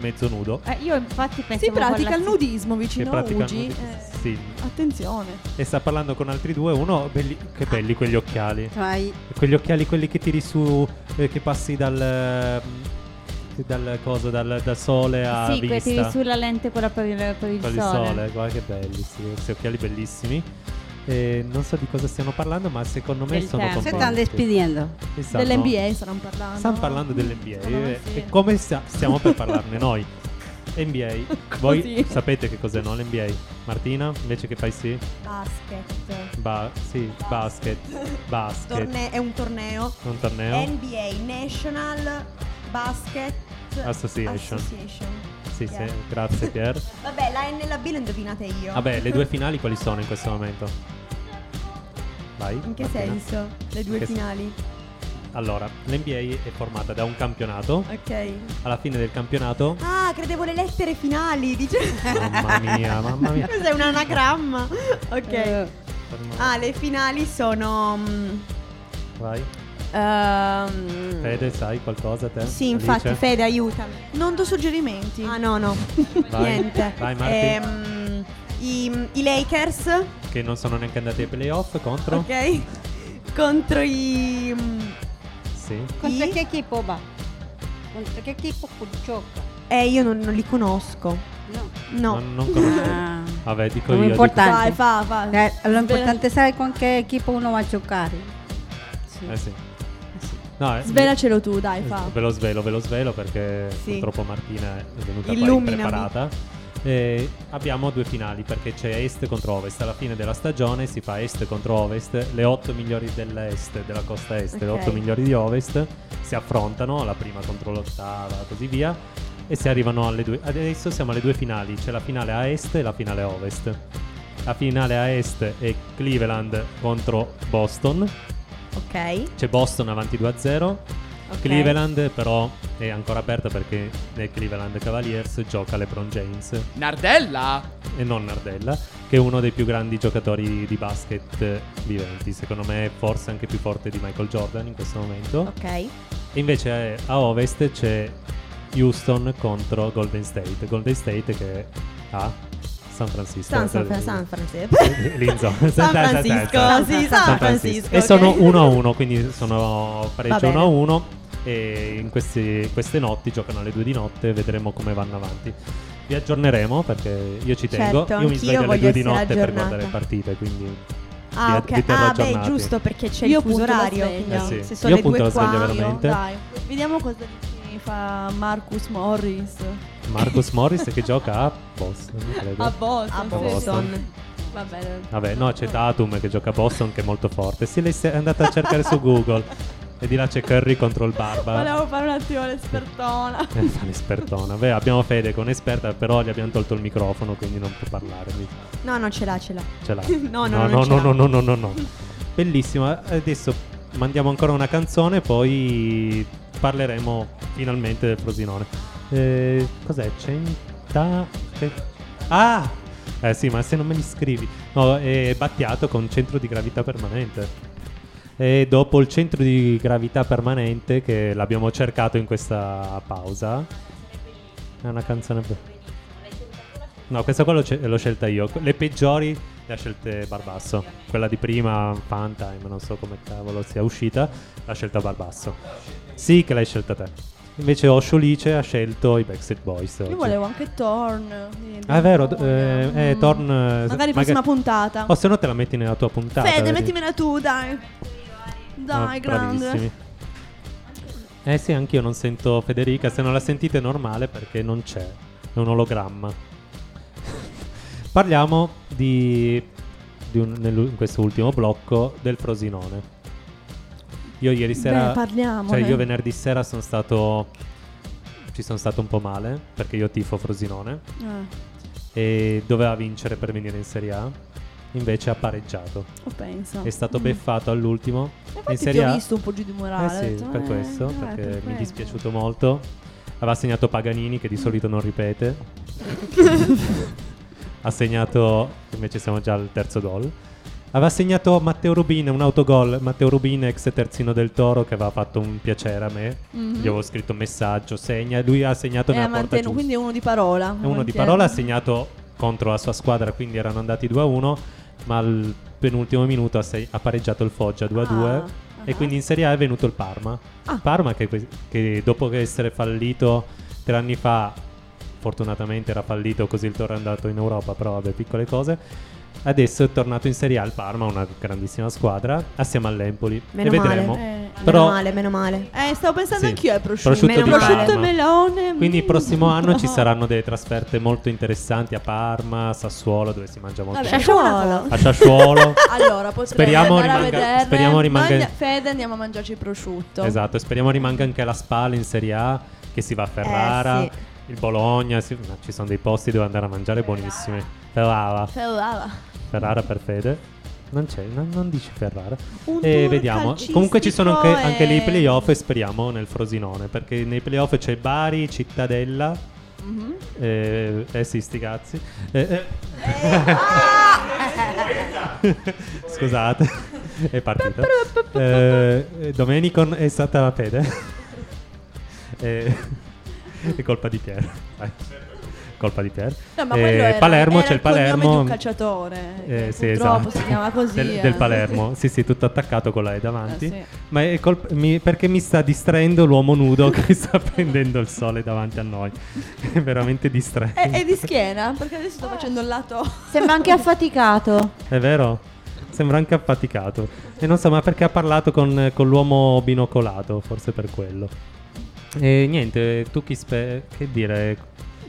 [SPEAKER 4] mezzo nudo.
[SPEAKER 15] Eh, io infatti pensavo
[SPEAKER 1] Si pratica
[SPEAKER 15] con
[SPEAKER 1] il
[SPEAKER 15] la-
[SPEAKER 1] nudismo
[SPEAKER 4] che
[SPEAKER 1] vicino a
[SPEAKER 4] pratica
[SPEAKER 1] Ugi.
[SPEAKER 4] nudi-
[SPEAKER 1] eh,
[SPEAKER 4] sì.
[SPEAKER 1] attenzione.
[SPEAKER 4] E sta parlando con altri due. Uno, belli- che belli quegli occhiali.
[SPEAKER 7] Vai.
[SPEAKER 4] Quegli occhiali, quelli che tiri su, eh, che passi dal. ehm, dal coso, dal, dal sole a
[SPEAKER 15] Sì, que-
[SPEAKER 4] vista.
[SPEAKER 15] tiri sulla lente quella per il, per il
[SPEAKER 4] Con il
[SPEAKER 15] sole.
[SPEAKER 4] sole, guarda che belli, sì, questi occhiali bellissimi. Eh, non so di cosa stiano parlando, ma secondo me
[SPEAKER 7] Del
[SPEAKER 4] sono
[SPEAKER 7] terzo.
[SPEAKER 4] componenti.
[SPEAKER 7] Stanno despidiendo.
[SPEAKER 4] Esatto.
[SPEAKER 1] Dell'NBA stanno parlando.
[SPEAKER 4] Stanno parlando dell'NBA eh,
[SPEAKER 1] sì.
[SPEAKER 4] e come sta- stiamo per parlarne noi. NBA, voi
[SPEAKER 1] Così.
[SPEAKER 4] sapete che cos'è no l'NBA? Martina, invece che fai sì?
[SPEAKER 6] Basket.
[SPEAKER 4] Ba- sì, basket. Basket.
[SPEAKER 6] Torne- è un torneo.
[SPEAKER 4] Un torneo.
[SPEAKER 6] NBA National Basket
[SPEAKER 4] Association.
[SPEAKER 6] Association.
[SPEAKER 4] Sì, sì,
[SPEAKER 6] Yeah.
[SPEAKER 4] grazie Pier.
[SPEAKER 6] Vabbè, la N e la B le indovinate io.
[SPEAKER 4] Vabbè, le due finali quali sono in questo momento? Vai.
[SPEAKER 6] In che
[SPEAKER 4] Martina.
[SPEAKER 6] senso? Le due
[SPEAKER 4] In che sen-
[SPEAKER 6] finali?
[SPEAKER 4] Allora, l'NBA è formata da un campionato.
[SPEAKER 6] Ok.
[SPEAKER 4] Alla fine del campionato
[SPEAKER 6] Ah, credevo le lettere finali. Dice...
[SPEAKER 4] Mamma mia, mamma mia.
[SPEAKER 6] Cos'è un anagramma? Ok.
[SPEAKER 7] Eh.
[SPEAKER 6] Ah, le finali sono. mm,
[SPEAKER 4] Eh, Vai.
[SPEAKER 6] ehm,
[SPEAKER 4] Fede, sai qualcosa te?
[SPEAKER 6] Sì, infatti,
[SPEAKER 4] Alice?
[SPEAKER 6] Fede, aiutami.
[SPEAKER 1] Non do suggerimenti.
[SPEAKER 6] Ah, no, no.
[SPEAKER 4] Vai.
[SPEAKER 6] Niente.
[SPEAKER 4] Vai, Marti.
[SPEAKER 6] Ehm, i, I Lakers.
[SPEAKER 4] Che non sono neanche andati ai playoff contro?
[SPEAKER 6] Ok. Contro i. mm,
[SPEAKER 4] Sì.
[SPEAKER 7] ¿Contra qué equipo va? ¿Contra qué equipo choca?
[SPEAKER 6] Eh, io non, non li conosco.
[SPEAKER 7] No.
[SPEAKER 6] No.
[SPEAKER 4] Non, non conosco.
[SPEAKER 7] Ah.
[SPEAKER 4] Vabbè, dico
[SPEAKER 7] Lo
[SPEAKER 4] io. dico-
[SPEAKER 7] importante.
[SPEAKER 1] Vai, fa,
[SPEAKER 7] Eh,
[SPEAKER 1] fa.
[SPEAKER 7] Lo
[SPEAKER 1] Svela-
[SPEAKER 7] importante es saber con qué equipo uno va a chocar.
[SPEAKER 4] Eh sì. No, eh,
[SPEAKER 1] Svelacelo tu, dai, fa.
[SPEAKER 4] Ve lo svelo, ve lo svelo perché
[SPEAKER 1] Esatto. Sì.
[SPEAKER 4] purtroppo Martina è venuta
[SPEAKER 1] Illuminami.
[SPEAKER 4] qua impreparata. Eh, abbiamo due finali perché c'è est contro ovest. Alla fine della stagione si fa est contro ovest. Le otto migliori dell'est, della costa est, le
[SPEAKER 11] Ok.
[SPEAKER 4] otto migliori di ovest si affrontano, la prima contro l'ottava, così via. E si arrivano alle due. Adesso siamo alle due finali: c'è la finale a est e la finale a ovest. La finale a est è Cleveland contro Boston.
[SPEAKER 6] Ok.
[SPEAKER 4] C'è Boston avanti 2-0.
[SPEAKER 6] Ok.
[SPEAKER 4] Cleveland però è ancora aperta perché nel Cleveland Cavaliers gioca LeBron James
[SPEAKER 12] Nardella!
[SPEAKER 4] e non Nardella, che è uno dei più grandi giocatori di basket eh, viventi, secondo me forse anche più forte di Michael Jordan in questo momento.
[SPEAKER 6] Ok. E
[SPEAKER 4] invece eh, a ovest c'è Houston contro Golden State, Golden State che ha San Francisco.
[SPEAKER 6] San, San, Fran- San Francisco.
[SPEAKER 4] Linzo.
[SPEAKER 6] San Francisco, sì, San Ah, Francisco.
[SPEAKER 4] E
[SPEAKER 6] ok.
[SPEAKER 4] sono 1 a 1, quindi sono
[SPEAKER 6] Va
[SPEAKER 4] pareggio
[SPEAKER 6] bene.
[SPEAKER 4] 1 a 1 e in questi- queste notti giocano alle 2 di notte, vedremo come vanno avanti. Vi aggiorneremo perché io ci tengo,
[SPEAKER 6] Certo,
[SPEAKER 4] io mi
[SPEAKER 6] anch'io
[SPEAKER 4] sveglio alle
[SPEAKER 6] voglio
[SPEAKER 4] 2 di
[SPEAKER 6] essere
[SPEAKER 4] notte per
[SPEAKER 6] aggiornata.
[SPEAKER 4] guardare le partite, quindi
[SPEAKER 6] Ah,
[SPEAKER 4] vi,
[SPEAKER 6] ok.
[SPEAKER 4] vi terrò
[SPEAKER 6] Ah, beh,
[SPEAKER 4] aggiornati.
[SPEAKER 6] giusto, perché c'è
[SPEAKER 1] Io
[SPEAKER 6] il fuso
[SPEAKER 1] punto la
[SPEAKER 6] orario.
[SPEAKER 1] sveglia.
[SPEAKER 6] quindi
[SPEAKER 4] Eh sì.
[SPEAKER 6] Se
[SPEAKER 4] Io
[SPEAKER 6] sono le
[SPEAKER 4] punto
[SPEAKER 6] due
[SPEAKER 4] la sveglia
[SPEAKER 6] qua,
[SPEAKER 4] veramente.
[SPEAKER 1] Dai, vediamo cosa ci fa Marcus Morris.
[SPEAKER 4] Marcus Morris che gioca a Boston, credo.
[SPEAKER 1] A Boston.
[SPEAKER 4] A Boston.
[SPEAKER 1] sì. Va bene.
[SPEAKER 4] Vabbè, no, c'è Tatum che gioca a Boston che è molto forte. Sì, lei si è andata a cercare su Google. E di là c'è Curry contro il Barbara.
[SPEAKER 1] Volevo fare un attimo l'espertona.
[SPEAKER 4] Eh, fa l'espertona. Beh, abbiamo Fede che è un'esperta, però gli abbiamo tolto il microfono, quindi non può parlare. Mi-
[SPEAKER 6] No, no, ce l'ha, ce l'ha.
[SPEAKER 4] Ce l'ha.
[SPEAKER 6] no, no,
[SPEAKER 4] no,
[SPEAKER 6] non
[SPEAKER 4] no,
[SPEAKER 6] ce
[SPEAKER 4] no,
[SPEAKER 6] l'ha.
[SPEAKER 4] no, no, no, no, no. Bellissima. Adesso mandiamo ancora una canzone, poi parleremo finalmente del Frosinone. Eh, cos'è? Centa... che- Ah! Eh sì, ma se non me li scrivi. No, è battiato con centro di gravità permanente. E dopo il centro di gravità permanente, che l'abbiamo cercato in questa pausa, è una canzone. be- No, questa qua l'ho, ce- l'ho scelta io. Que- Le peggiori le ha scelte Barbasso. Quella di prima, Funtime, non so come cavolo sia uscita, l'ha scelta Barbasso. Sì, che l'hai scelta te. Invece Osho Lice ha scelto i Backstreet Boys. oggi.
[SPEAKER 1] Io volevo anche Torn. quindi-
[SPEAKER 4] Ah, è vero, d- eh, eh,
[SPEAKER 1] Mm.
[SPEAKER 4] torn.
[SPEAKER 1] Magari prossima puntata.
[SPEAKER 4] O se no te la metti nella tua puntata.
[SPEAKER 1] Fede,
[SPEAKER 4] vedi.
[SPEAKER 1] mettimela tu, dai.
[SPEAKER 4] eh, Ah,
[SPEAKER 1] Dai, grande.
[SPEAKER 4] bravissimi. Eh sì, anch'io non sento Federica, se non la sentite è normale perché non c'è, è un ologramma. Parliamo di, di un- nell'u- in questo ultimo blocco del Frosinone. Io ieri sera,
[SPEAKER 1] Beh, parliamone.
[SPEAKER 4] cioè io venerdì sera sono stato, ci sono stato un po' male perché io tifo Frosinone
[SPEAKER 1] Eh,
[SPEAKER 4] e doveva vincere per venire in Serie A, invece ha pareggiato.
[SPEAKER 1] Lo penso.
[SPEAKER 4] È stato
[SPEAKER 1] Mm.
[SPEAKER 4] beffat all'ultimo. in
[SPEAKER 1] Infatti ti
[SPEAKER 4] Serie
[SPEAKER 1] ho
[SPEAKER 4] A-
[SPEAKER 1] visto un po' giù di morale, ho
[SPEAKER 4] Eh sì,
[SPEAKER 1] detto,
[SPEAKER 4] per
[SPEAKER 1] eh,
[SPEAKER 4] questo,
[SPEAKER 1] eh,
[SPEAKER 4] perché
[SPEAKER 1] per
[SPEAKER 4] mi è
[SPEAKER 1] quello.
[SPEAKER 4] dispiaciuto molto. Aveva segnato Paganini, che di solito non ripete. ha segnato, invece siamo già al terzo gol. Aveva segnato Matteo Rubin, un autogol. Matteo Rubin, ex terzino del Toro, che aveva fatto un piacere a me.
[SPEAKER 1] Mhm.
[SPEAKER 4] Gli avevo scritto un messaggio, segna. Lui ha segnato
[SPEAKER 1] E ha
[SPEAKER 4] nella porta
[SPEAKER 1] mantenuto,
[SPEAKER 4] giusta.
[SPEAKER 1] Eh, quindi è uno di parola. Eh,
[SPEAKER 4] E uno di
[SPEAKER 1] volentieri.
[SPEAKER 4] parola ha segnato contro la sua squadra, quindi erano andati 2-1, ma al penultimo minuto ha, se- ha pareggiato il Foggia 2-2
[SPEAKER 1] Ah,
[SPEAKER 4] e quindi in Serie A è venuto il Parma.
[SPEAKER 6] Ah.
[SPEAKER 4] Il Parma che, que- che dopo che essere fallito tre anni fa, fortunatamente era fallito così il Toro è andato in Europa, però vabbè piccole cose, Adesso è tornato in Serie A al Parma, una grandissima squadra, assieme all'Empoli.
[SPEAKER 6] Meno
[SPEAKER 4] e
[SPEAKER 6] male.
[SPEAKER 4] vedremo.
[SPEAKER 6] Eh,
[SPEAKER 4] Però,
[SPEAKER 6] meno male, meno male.
[SPEAKER 1] Eh, stavo pensando
[SPEAKER 4] sì,
[SPEAKER 1] anch'io ai prosciutto.
[SPEAKER 4] prosciutto di
[SPEAKER 1] prosciutto e
[SPEAKER 4] Parma.
[SPEAKER 1] melone. mm.
[SPEAKER 4] Quindi il prossimo anno ci
[SPEAKER 1] No.
[SPEAKER 4] saranno delle trasferte molto interessanti a Parma, Sassuolo, dove si mangia molto
[SPEAKER 1] Vabbè, Esatto.
[SPEAKER 4] bene.
[SPEAKER 1] facciamo una cosa.
[SPEAKER 4] A Sassuolo.
[SPEAKER 1] allora, potremmo
[SPEAKER 4] Speriamo
[SPEAKER 1] andare
[SPEAKER 4] rimanga-
[SPEAKER 1] a vedere.
[SPEAKER 4] speriamo rimanga-
[SPEAKER 1] Noi andi- Fede andiamo a mangiarci il prosciutto.
[SPEAKER 4] Esatto, e speriamo rimanga anche la Spal in Serie A, che si va a Ferrara,
[SPEAKER 1] Eh, sì.
[SPEAKER 4] il Bologna, sì, ma ci sono dei posti dove andare a mangiare buonissimi. Ferrara,
[SPEAKER 1] Ferrara.
[SPEAKER 4] Ferrara per Fede. Non c'è, non, non dici Ferrara.
[SPEAKER 1] Un
[SPEAKER 4] e
[SPEAKER 1] tour
[SPEAKER 4] vediamo.
[SPEAKER 1] calcistico
[SPEAKER 4] Comunque ci sono anche, anche lì i
[SPEAKER 1] e-
[SPEAKER 4] playoff e speriamo nel Frosinone, perché nei playoff c'è Bari, Cittadella.
[SPEAKER 1] Mhm.
[SPEAKER 4] Eh, eh sì, sti cazzi. Eh, eh.
[SPEAKER 1] ah!
[SPEAKER 4] Scusate, è partita. Eh, eh, Domenico è stata la fede. Eh, è colpa di Pier. Vai. Colpa di Pier.
[SPEAKER 1] No, ma
[SPEAKER 4] Eh,
[SPEAKER 1] quello era-
[SPEAKER 4] Palermo
[SPEAKER 1] era
[SPEAKER 4] c'è il
[SPEAKER 1] il cognome
[SPEAKER 4] Palermo.
[SPEAKER 1] di un calciatore, che
[SPEAKER 4] sì,
[SPEAKER 1] purtroppo
[SPEAKER 4] esatto.
[SPEAKER 1] si chiama così,
[SPEAKER 4] Del,
[SPEAKER 1] eh.
[SPEAKER 4] del Palermo. Sì, sì, tutto attaccato con la E davanti.
[SPEAKER 1] Eh, sì.
[SPEAKER 4] Ma è colp- mi- perché mi sta distraendo l'uomo nudo che sta prendendo il sole davanti a noi. È veramente distraente.
[SPEAKER 6] Eh,
[SPEAKER 1] E, e di schiena, perché adesso sto facendo il lato.
[SPEAKER 12] Sembra anche affaticato.
[SPEAKER 4] È vero? Sembra anche affaticato. E non so, ma perché ha parlato con, con l'uomo binocolato, forse per quello. E niente, tu chi spe- che dire?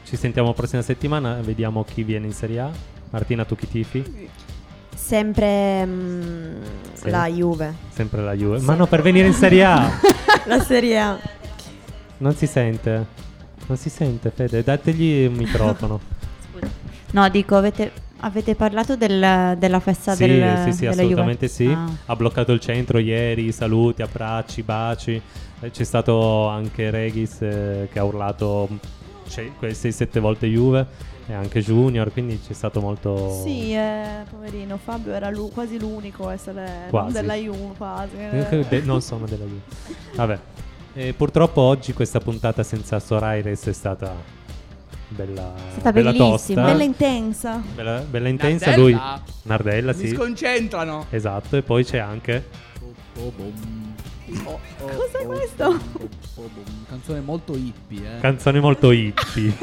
[SPEAKER 4] Ci sentiamo prossima settimana, vediamo chi viene in Serie A. Martina, tu chi tifi?
[SPEAKER 6] Sempre mm,
[SPEAKER 4] Sì.
[SPEAKER 6] la Juve.
[SPEAKER 4] Sempre la Juve. Ma no, per venire in Serie A!
[SPEAKER 6] la Serie A.
[SPEAKER 4] Non si sente. Non si sente, Fede. Dategli un microfono.
[SPEAKER 12] No, dico, avete, avete parlato del- della festa
[SPEAKER 4] sì,
[SPEAKER 12] del,
[SPEAKER 4] sì, sì,
[SPEAKER 12] della
[SPEAKER 4] assolutamente
[SPEAKER 12] Juve?
[SPEAKER 4] sì.
[SPEAKER 12] Ah.
[SPEAKER 4] Ha bloccato il centro ieri, saluti, abbracci, baci. Eh, C'è stato anche Regis eh, che ha urlato 6-7 volte Juve e anche Junior, quindi c'è stato molto...
[SPEAKER 1] Sì, eh, poverino, Fabio era lu- quasi l'unico a essere
[SPEAKER 4] Quasi.
[SPEAKER 1] non della Juve, quasi.
[SPEAKER 4] Eh, de- non sono della Juve. Vabbè. Eh, purtroppo oggi questa puntata senza Soraires è stata bella,
[SPEAKER 1] stata
[SPEAKER 4] bella
[SPEAKER 1] bellissima.
[SPEAKER 4] tosta.
[SPEAKER 1] Bella intensa.
[SPEAKER 4] Bella, bella intensa
[SPEAKER 14] Nardella.
[SPEAKER 4] lui. Nardella,
[SPEAKER 14] Mi
[SPEAKER 4] sì.
[SPEAKER 14] sconcentrano.
[SPEAKER 4] Esatto, e poi c'è anche
[SPEAKER 1] Cos'è questo?
[SPEAKER 14] Canzone molto hippie, eh.
[SPEAKER 4] Canzone molto hippie.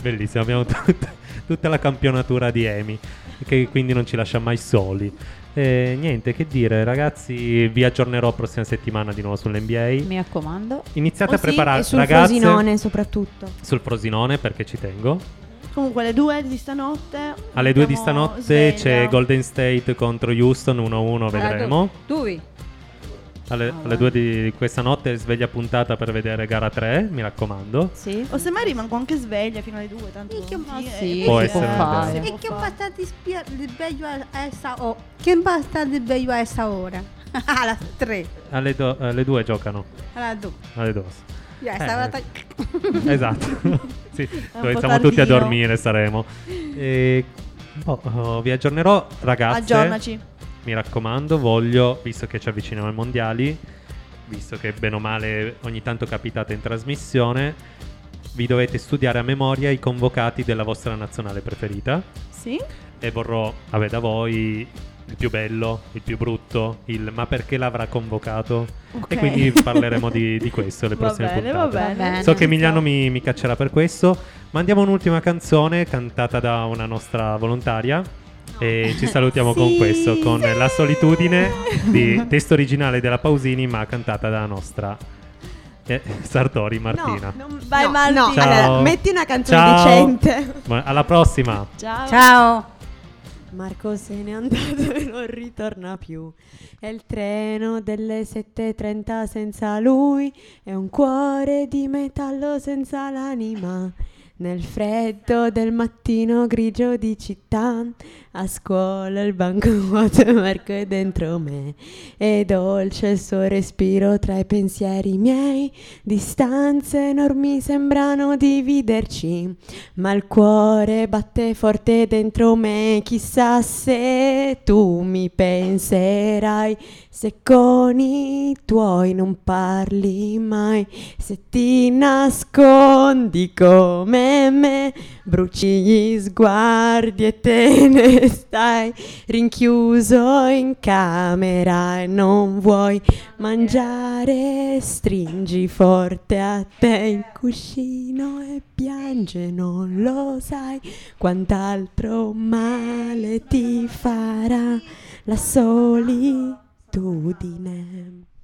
[SPEAKER 4] Bellissima, abbiamo tutta, tutta la campionatura di Emi, che quindi non ci lascia mai soli. E niente, che dire, ragazzi, vi aggiornerò prossima settimana di nuovo sull'NBA.
[SPEAKER 12] Mi raccomando.
[SPEAKER 4] Iniziate
[SPEAKER 6] Oh
[SPEAKER 4] a
[SPEAKER 6] sì,
[SPEAKER 4] prepararvi,
[SPEAKER 6] e sul
[SPEAKER 4] ragazze.
[SPEAKER 6] Frosinone soprattutto.
[SPEAKER 4] Sul Frosinone, perché ci tengo.
[SPEAKER 1] Comunque, alle due di stanotte.
[SPEAKER 4] Alle due di
[SPEAKER 1] siamo
[SPEAKER 4] stanotte
[SPEAKER 1] sveglia.
[SPEAKER 4] c'è Golden State contro Houston 1-1, vedremo.
[SPEAKER 7] Dui.
[SPEAKER 4] Alle, alle due di questa notte sveglia puntata per vedere gara 3, mi raccomando.
[SPEAKER 12] Sì.
[SPEAKER 1] O semmai rimango anche sveglia fino alle due. Tanto. Sì,
[SPEAKER 4] sì, Può si può essere, fare.
[SPEAKER 1] Si
[SPEAKER 7] E
[SPEAKER 1] può
[SPEAKER 7] che
[SPEAKER 1] fare.
[SPEAKER 7] va a estar despia- de bello a esa hora? ¿Quién va a estar de bello a esa hora? a las 3.
[SPEAKER 4] Alle, do- alle due giocano.
[SPEAKER 7] A las 2.
[SPEAKER 4] Alle due.
[SPEAKER 7] Ya,
[SPEAKER 4] Eh,
[SPEAKER 7] esa hora está...
[SPEAKER 4] Esatto. sì,
[SPEAKER 7] È un
[SPEAKER 4] dove
[SPEAKER 7] po'
[SPEAKER 4] siamo tutti a
[SPEAKER 7] tardino.
[SPEAKER 4] dormire saremo. E, boh, oh, vi aggiornerò, ragazzi.
[SPEAKER 1] Aggiornaci.
[SPEAKER 4] Mi raccomando, voglio, visto che ci avviciniamo ai mondiali, visto che bene o male ogni tanto capitate in trasmissione, vi dovete studiare a memoria i convocati della vostra nazionale preferita.
[SPEAKER 1] Sì?
[SPEAKER 4] E vorrò avere da voi il più bello, il più brutto, il ma perché l'avrà convocato.
[SPEAKER 1] Ok.
[SPEAKER 4] E quindi parleremo di, di questo le
[SPEAKER 1] Va
[SPEAKER 4] prossime
[SPEAKER 1] bene, va
[SPEAKER 4] puntate.
[SPEAKER 6] Eh,
[SPEAKER 1] bene.
[SPEAKER 4] So che Emiliano mi, mi caccerà per questo. Mandiamo un'ultima canzone cantata da una nostra volontaria. E ci salutiamo con questo, con La solitudine di testo originale della Pausini, ma cantata dalla nostra eh, Sartori Martina.
[SPEAKER 1] Vai,
[SPEAKER 6] no,
[SPEAKER 1] Martina.
[SPEAKER 6] no, allora, metti una canzone
[SPEAKER 4] Ciao.
[SPEAKER 6] decente.
[SPEAKER 4] Ma- Alla prossima.
[SPEAKER 1] Ciao.
[SPEAKER 6] Ciao. Marco se n'è andato e non ritorna più. È il treno delle 7.30 senza lui. È un cuore di metallo senza l'anima. Nel freddo del mattino grigio di città, a scuola il banco vuoto e Marco è dentro me. È dolce il suo respiro tra i pensieri miei. Distanze enormi sembrano dividerci, ma il cuore batte forte dentro me. Chissà se tu mi penserai, se con i tuoi non parli mai, se ti nascondi come me, bruci gli sguardi e te ne dove stai? Rinchiuso in camera e non vuoi mangiare. Stringi forte a te il cuscino e piange, non lo sai quant'altro male ti farà la solitudine.